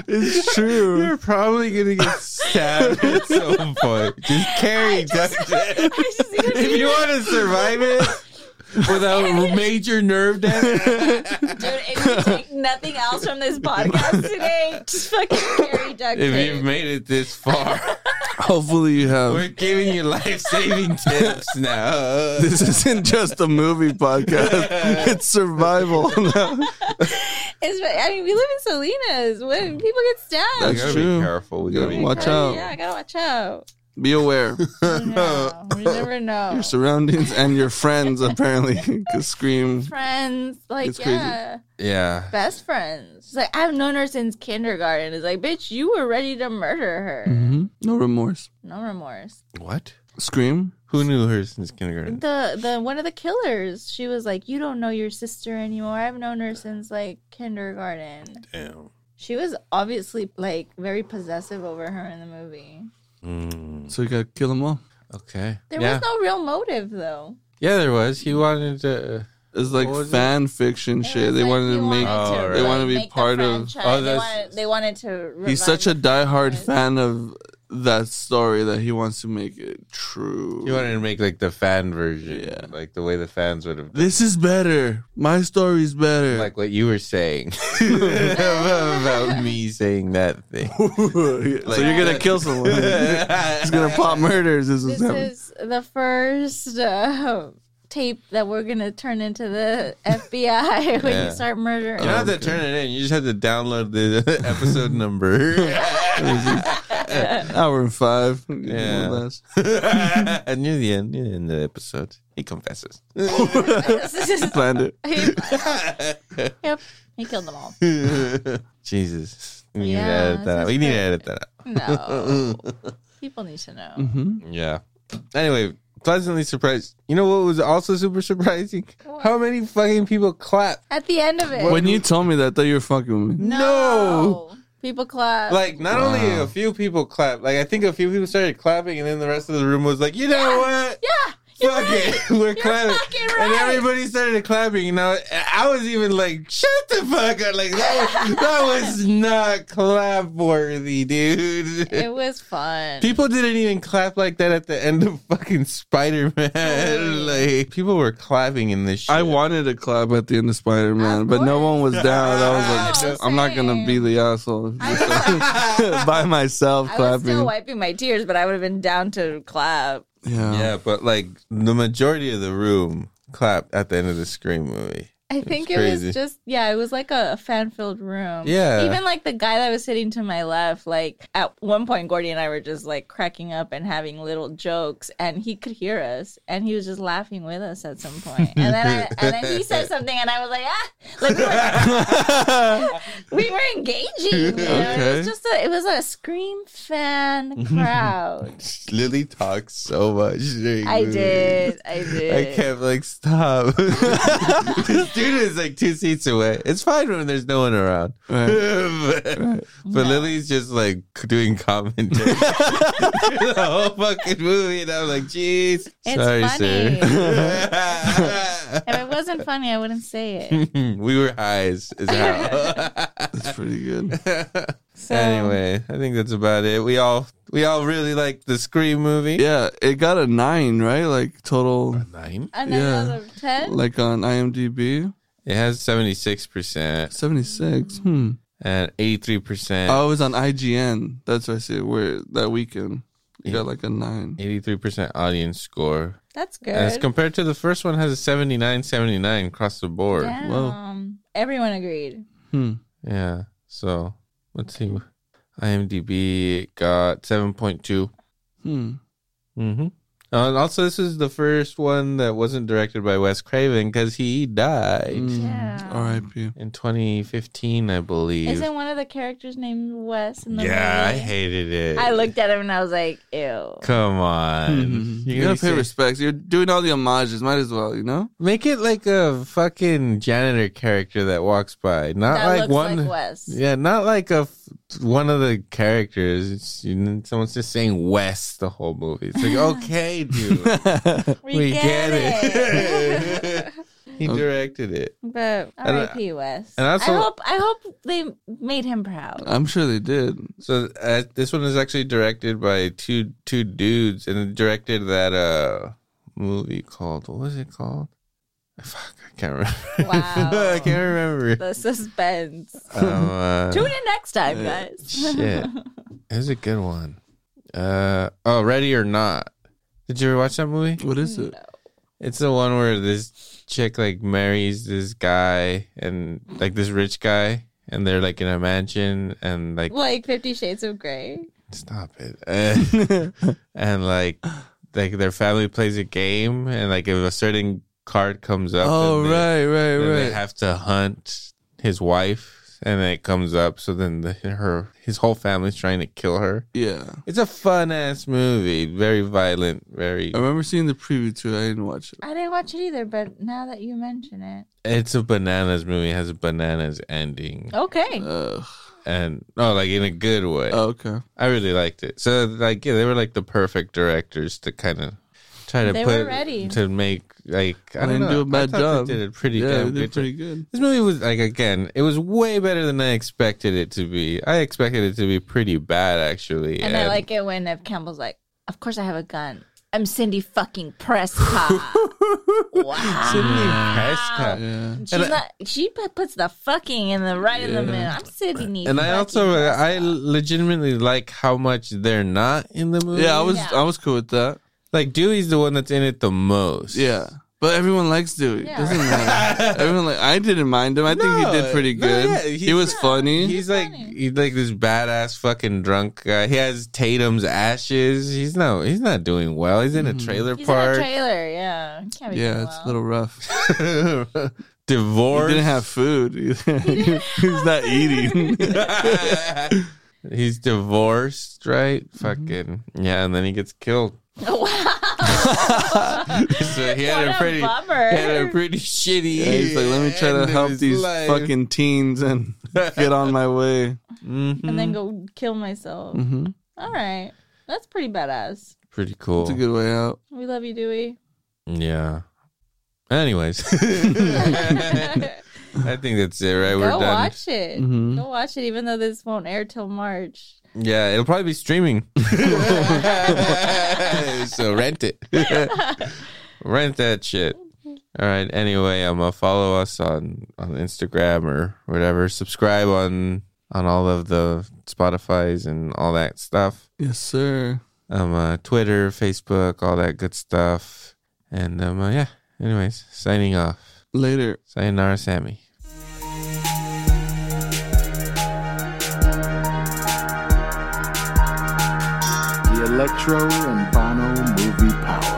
Speaker 3: it's true.
Speaker 2: You're probably gonna get stabbed at some point. Just carry duct tape.
Speaker 4: I just need to
Speaker 2: If
Speaker 4: be-
Speaker 2: you want to survive it without major nerve damage,
Speaker 4: Dude, if you take nothing else from this podcast today, just fucking carry duct
Speaker 2: if you've
Speaker 4: tape.
Speaker 2: made it this far,
Speaker 3: Hopefully you
Speaker 2: we're
Speaker 3: have.
Speaker 2: giving you life saving tips now.
Speaker 3: This isn't just a movie podcast. It's survival.
Speaker 4: It's- I mean, we live in Salinas. When people get
Speaker 2: We
Speaker 4: stabbed,
Speaker 3: That's
Speaker 2: gotta
Speaker 3: true.
Speaker 2: be careful. We
Speaker 3: You
Speaker 2: gotta
Speaker 3: gotta
Speaker 2: be
Speaker 3: watch
Speaker 4: Gotta-
Speaker 3: out.
Speaker 4: Yeah, I gotta watch out.
Speaker 3: Be aware.
Speaker 4: You know, we never know.
Speaker 3: Your surroundings and your friends apparently could scream.
Speaker 4: friends, like
Speaker 3: It's crazy.
Speaker 4: yeah,
Speaker 2: Yeah.
Speaker 4: best friends. It's like I've known her since kindergarten. It's like, bitch, you were ready to murder her.
Speaker 2: Mm-hmm.
Speaker 3: hmm No remorse.
Speaker 4: No remorse.
Speaker 2: What?
Speaker 3: Scream.
Speaker 2: Who knew her since kindergarten?
Speaker 4: The the one of the killers. She was like, you don't know your sister anymore. I've known her since like kindergarten.
Speaker 2: Damn.
Speaker 4: She was obviously like very possessive over her in the movie.
Speaker 2: Mm.
Speaker 3: So you gotta kill them all.
Speaker 2: Okay.
Speaker 4: There
Speaker 2: yeah.
Speaker 4: was no real motive though.
Speaker 2: yeah, there was. He wanted to.
Speaker 3: It's like
Speaker 2: What was it?
Speaker 3: fan fiction
Speaker 4: It
Speaker 3: shit.
Speaker 4: was
Speaker 3: They
Speaker 4: like,
Speaker 3: wanted
Speaker 4: he
Speaker 3: to make.
Speaker 2: Oh, right.
Speaker 3: They want to
Speaker 4: like,
Speaker 3: be
Speaker 4: make the
Speaker 3: part of.
Speaker 4: franchise.
Speaker 2: Oh,
Speaker 4: they,
Speaker 2: that's-
Speaker 4: wanted, they wanted to. revive
Speaker 3: He's such a
Speaker 4: the
Speaker 3: diehard
Speaker 4: franchise.
Speaker 3: fan of that story that he wants to make it true.
Speaker 2: He wanted to make like the fan version.
Speaker 3: Yeah.
Speaker 2: Like the way the fans would have.
Speaker 3: this is better. My story's better.
Speaker 2: Like what you were saying about me saying that thing.
Speaker 3: so you're gonna kill someone. He's gonna pop murders. This is
Speaker 4: This is the first uh, tape that we're gonna turn into the FBI when
Speaker 2: Yeah.
Speaker 4: you start murdering.
Speaker 2: You don't have to
Speaker 3: Okay.
Speaker 2: turn it in. You just have to download the episode number.
Speaker 3: hour and five.
Speaker 2: Yeah.
Speaker 3: Less.
Speaker 2: and near the end, near the end of the episode, he confesses.
Speaker 3: Planned it.
Speaker 4: yep, he killed them all.
Speaker 2: Jesus. We need to
Speaker 4: Yeah,
Speaker 2: edit that
Speaker 4: this
Speaker 2: out.
Speaker 4: is
Speaker 2: We need to
Speaker 4: good.
Speaker 2: edit that out.
Speaker 4: No, people need to know.
Speaker 2: Mm-hmm.
Speaker 3: hmm
Speaker 2: Yeah. Anyway, pleasantly surprised. You know what was also super surprising?
Speaker 4: What?
Speaker 2: How many fucking people clapped?
Speaker 4: At the end of it,
Speaker 3: When you told me that, I thought you were fucking with me.
Speaker 2: No.
Speaker 4: people clap.
Speaker 2: Like, not only
Speaker 3: Wow.
Speaker 2: a few people clapped, like, I think a few people started clapping, and then the rest of the room was like, you know what?
Speaker 4: yeah,
Speaker 2: Fuck it. We're clapping.
Speaker 4: fucking
Speaker 2: And
Speaker 4: right.
Speaker 2: everybody started clapping. You know, And I was even like, shut the fuck up. Like, that was, that was not clap worthy, dude.
Speaker 4: it was fun.
Speaker 2: People didn't even clap like that at the end of fucking Spider Man. like people were clapping in this shit.
Speaker 3: I wanted to clap at the end of Spider Man,
Speaker 4: Of
Speaker 3: but no one was down. I was
Speaker 4: No,
Speaker 3: like, I'm not gonna
Speaker 4: same.
Speaker 3: be the asshole
Speaker 4: I was, like,
Speaker 3: by myself
Speaker 4: I was still
Speaker 3: clapping.
Speaker 4: wiping my tears, but I would have been down to clap.
Speaker 3: Yeah.
Speaker 2: Yeah, but like the majority of the room clapped at the end of the Scream movie.
Speaker 4: I think it
Speaker 2: was crazy.
Speaker 4: was just yeah, it was like a fan filled room.
Speaker 2: Yeah.
Speaker 4: Even like the guy that was sitting to my left, like at one point Gordy and I were just like cracking up and having little jokes and he could hear us and he was just laughing with us at some point. And then I, and then he said something and I was like, ah like we were, we were engaging. You know? It
Speaker 3: Okay.
Speaker 4: was just a it was a scream fan crowd.
Speaker 2: Lily talked so much. during
Speaker 4: I
Speaker 2: the
Speaker 4: did. I
Speaker 2: movie.
Speaker 4: did.
Speaker 2: I kept like stop. this dude is like two seats away. It's fine when there's no one around.
Speaker 3: Right.
Speaker 2: but but
Speaker 4: No.
Speaker 2: Lily's just like doing commentary the whole fucking movie, and I'm like, jeez,
Speaker 4: It's
Speaker 2: sorry,
Speaker 4: funny.
Speaker 2: sir.
Speaker 4: If it wasn't funny, I wouldn't say it.
Speaker 2: we were high as, as hell.
Speaker 3: That's pretty good.
Speaker 4: So
Speaker 2: anyway, I think that's about it. We all we all really liked the Scream movie.
Speaker 3: Yeah, it got a nine, right? Like total,
Speaker 2: Nine.
Speaker 4: a nine
Speaker 3: Yeah.
Speaker 4: out of ten.
Speaker 3: like on IMDb,
Speaker 2: It has seventy six percent
Speaker 3: seventy
Speaker 4: Mm.
Speaker 3: six. Hmm.
Speaker 2: and eighty three percent.
Speaker 4: Oh.
Speaker 3: Oh, it was on IGN. That's what I see. Where that weekend. It got like a nine.
Speaker 2: 83% audience score.
Speaker 4: That's good.
Speaker 2: As compared to the first one has a 79 79 across the board. Yeah.
Speaker 4: Damn.
Speaker 3: Whoa.
Speaker 4: Everyone agreed.
Speaker 3: Hmm.
Speaker 2: So, let's see. IMDb it got 7.2.
Speaker 3: Hmm.
Speaker 2: Mhm. Uh, and also this is the first one that wasn't directed by Wes Craven cuz he died
Speaker 3: Mm.
Speaker 4: Yeah.
Speaker 3: R.I.P.
Speaker 2: in 2015, I believe.
Speaker 4: Isn't one of the characters named Wes in the
Speaker 2: yeah, I
Speaker 4: movie?
Speaker 2: hated it.
Speaker 4: I looked at him and I was like, ew.
Speaker 2: Come on.
Speaker 3: Mhm. You
Speaker 2: gonna
Speaker 3: gotta pay
Speaker 2: say-
Speaker 3: respects. You're doing all the homages. Might as well, you know.
Speaker 2: Make it like a fucking janitor character that walks by, not
Speaker 4: that
Speaker 2: like
Speaker 4: looks
Speaker 2: one.
Speaker 4: like Wes.
Speaker 2: yeah, not like a f- one of the characters. It's, you know, someone's just saying West the whole movie. It's like okay, dude,
Speaker 4: We,
Speaker 2: we
Speaker 4: get, it.
Speaker 2: it. he directed it.
Speaker 4: but
Speaker 2: And I-
Speaker 4: R.I.P. Wes.
Speaker 2: and also-
Speaker 4: I hope I hope they made him proud.
Speaker 3: I'm sure they did.
Speaker 2: So uh, this one is actually directed by two two dudes, and directed that uh movie called what was it called? Fuck, I can't remember.
Speaker 4: Wow.
Speaker 2: I can't remember.
Speaker 4: The suspense.
Speaker 2: Um, uh,
Speaker 4: Tune in next time,
Speaker 3: Yeah.
Speaker 4: guys.
Speaker 2: Shit. It was a good one. Uh oh, Ready or Not. Did you ever watch that movie?
Speaker 3: What is it?
Speaker 2: It's the one where this chick like marries this guy and like this rich guy and they're like in a mansion and like
Speaker 4: like Fifty Shades of Grey.
Speaker 2: stop it. Uh, and like like their family plays a game and like if a certain card comes up
Speaker 3: Oh
Speaker 2: then they-
Speaker 3: right, right,
Speaker 2: then they
Speaker 3: right.
Speaker 2: have to hunt his wife and then it comes up so then the, her his whole family's trying to kill her.
Speaker 3: yeah,
Speaker 2: It's a fun ass movie. Very violent. Very.
Speaker 3: I remember seeing the preview to it. I didn't watch it.
Speaker 4: I didn't watch it either, but now that you mention it,
Speaker 2: It's a bananas movie. It has a bananas ending,
Speaker 4: okay.
Speaker 2: Uh,
Speaker 3: Ugh.
Speaker 2: and oh, like in a good way.
Speaker 3: Oh, okay.
Speaker 2: I really liked it. So like, yeah, they were like the perfect directors to kind of try to
Speaker 4: They
Speaker 2: put
Speaker 4: were ready.
Speaker 2: to make like I
Speaker 3: They
Speaker 2: don't
Speaker 3: didn't
Speaker 2: know.
Speaker 3: do a bad
Speaker 2: I thought
Speaker 3: job.
Speaker 2: They did a pretty
Speaker 3: yeah,
Speaker 2: damn
Speaker 3: they did
Speaker 2: good.
Speaker 3: pretty
Speaker 2: job.
Speaker 3: good.
Speaker 2: This movie was like again, it was way better than I expected it to be. I expected it to be pretty bad actually.
Speaker 4: And I like it when Nev Campbell's like, "Of course I have a gun. I'm Cindy fucking Prescott." wow.
Speaker 2: Sidney
Speaker 4: "Ah."
Speaker 2: Prescott.
Speaker 3: Yeah.
Speaker 4: She's
Speaker 2: And I-
Speaker 4: not, she pu- puts the fucking in the right in the middle. I'm Sydney.
Speaker 2: And I
Speaker 4: fucking
Speaker 2: also I
Speaker 4: Prescott.
Speaker 2: legitimately like how much they're not in the movie.
Speaker 3: Yeah, I was
Speaker 4: Yeah.
Speaker 3: I was cool with that.
Speaker 2: Like Dewey's the one that's in it the most.
Speaker 3: Yeah. But everyone likes Dewey.
Speaker 4: Yeah.
Speaker 3: Doesn't matter. everyone like I didn't mind him. I think he
Speaker 2: No,
Speaker 3: did pretty
Speaker 2: no,
Speaker 3: good.
Speaker 2: yeah,
Speaker 3: he
Speaker 2: he's-
Speaker 3: was funny.
Speaker 2: He's like he's like this badass fucking drunk guy. He has Tatum's ashes. He's not he's not doing well. He's in
Speaker 3: Mm-hmm.
Speaker 2: a trailer
Speaker 4: He's
Speaker 2: park.
Speaker 4: in a trailer. Yeah, He can't be
Speaker 3: yeah,
Speaker 4: doing
Speaker 3: it's
Speaker 4: well.
Speaker 3: a little rough. He
Speaker 2: Divorce.
Speaker 3: didn't have food either. he's not eating.
Speaker 2: he's divorced, right?
Speaker 3: Mm-hmm.
Speaker 2: Fucking yeah, and then he gets killed. so he had
Speaker 4: What
Speaker 2: a
Speaker 4: a
Speaker 2: pretty
Speaker 4: bummer.
Speaker 2: he had a pretty shitty.
Speaker 3: Yeah, he's like, let me try
Speaker 2: end
Speaker 3: to
Speaker 2: of
Speaker 3: help
Speaker 2: his
Speaker 3: these
Speaker 2: life."
Speaker 3: fucking teens and get on my way.
Speaker 2: Mhm.
Speaker 4: and then go kill myself.
Speaker 2: Mm-hmm.
Speaker 3: hmm
Speaker 4: All right, that's pretty badass.
Speaker 2: Pretty cool.
Speaker 3: It's a good way out.
Speaker 4: We love you, Dewey.
Speaker 2: Yeah. Anyways, I think that's it, right? We're
Speaker 4: Go
Speaker 2: done. Mm-hmm.
Speaker 4: watch it.
Speaker 3: Mhm.
Speaker 4: Go watch it, even though this won't air till March.
Speaker 2: Yeah, it'll probably be streaming. so rent it. rent that shit. All right. Anyway, um, uh, follow us on on Instagram or whatever. Subscribe on on all of the Spotify's and all that stuff.
Speaker 3: Yes, sir.
Speaker 2: Um, uh, Twitter, Facebook, all that good stuff. And um, uh, yeah. Anyways, signing off.
Speaker 3: Later.
Speaker 2: Sayonara, Sammy.
Speaker 5: the Electro and Bono Movie Power.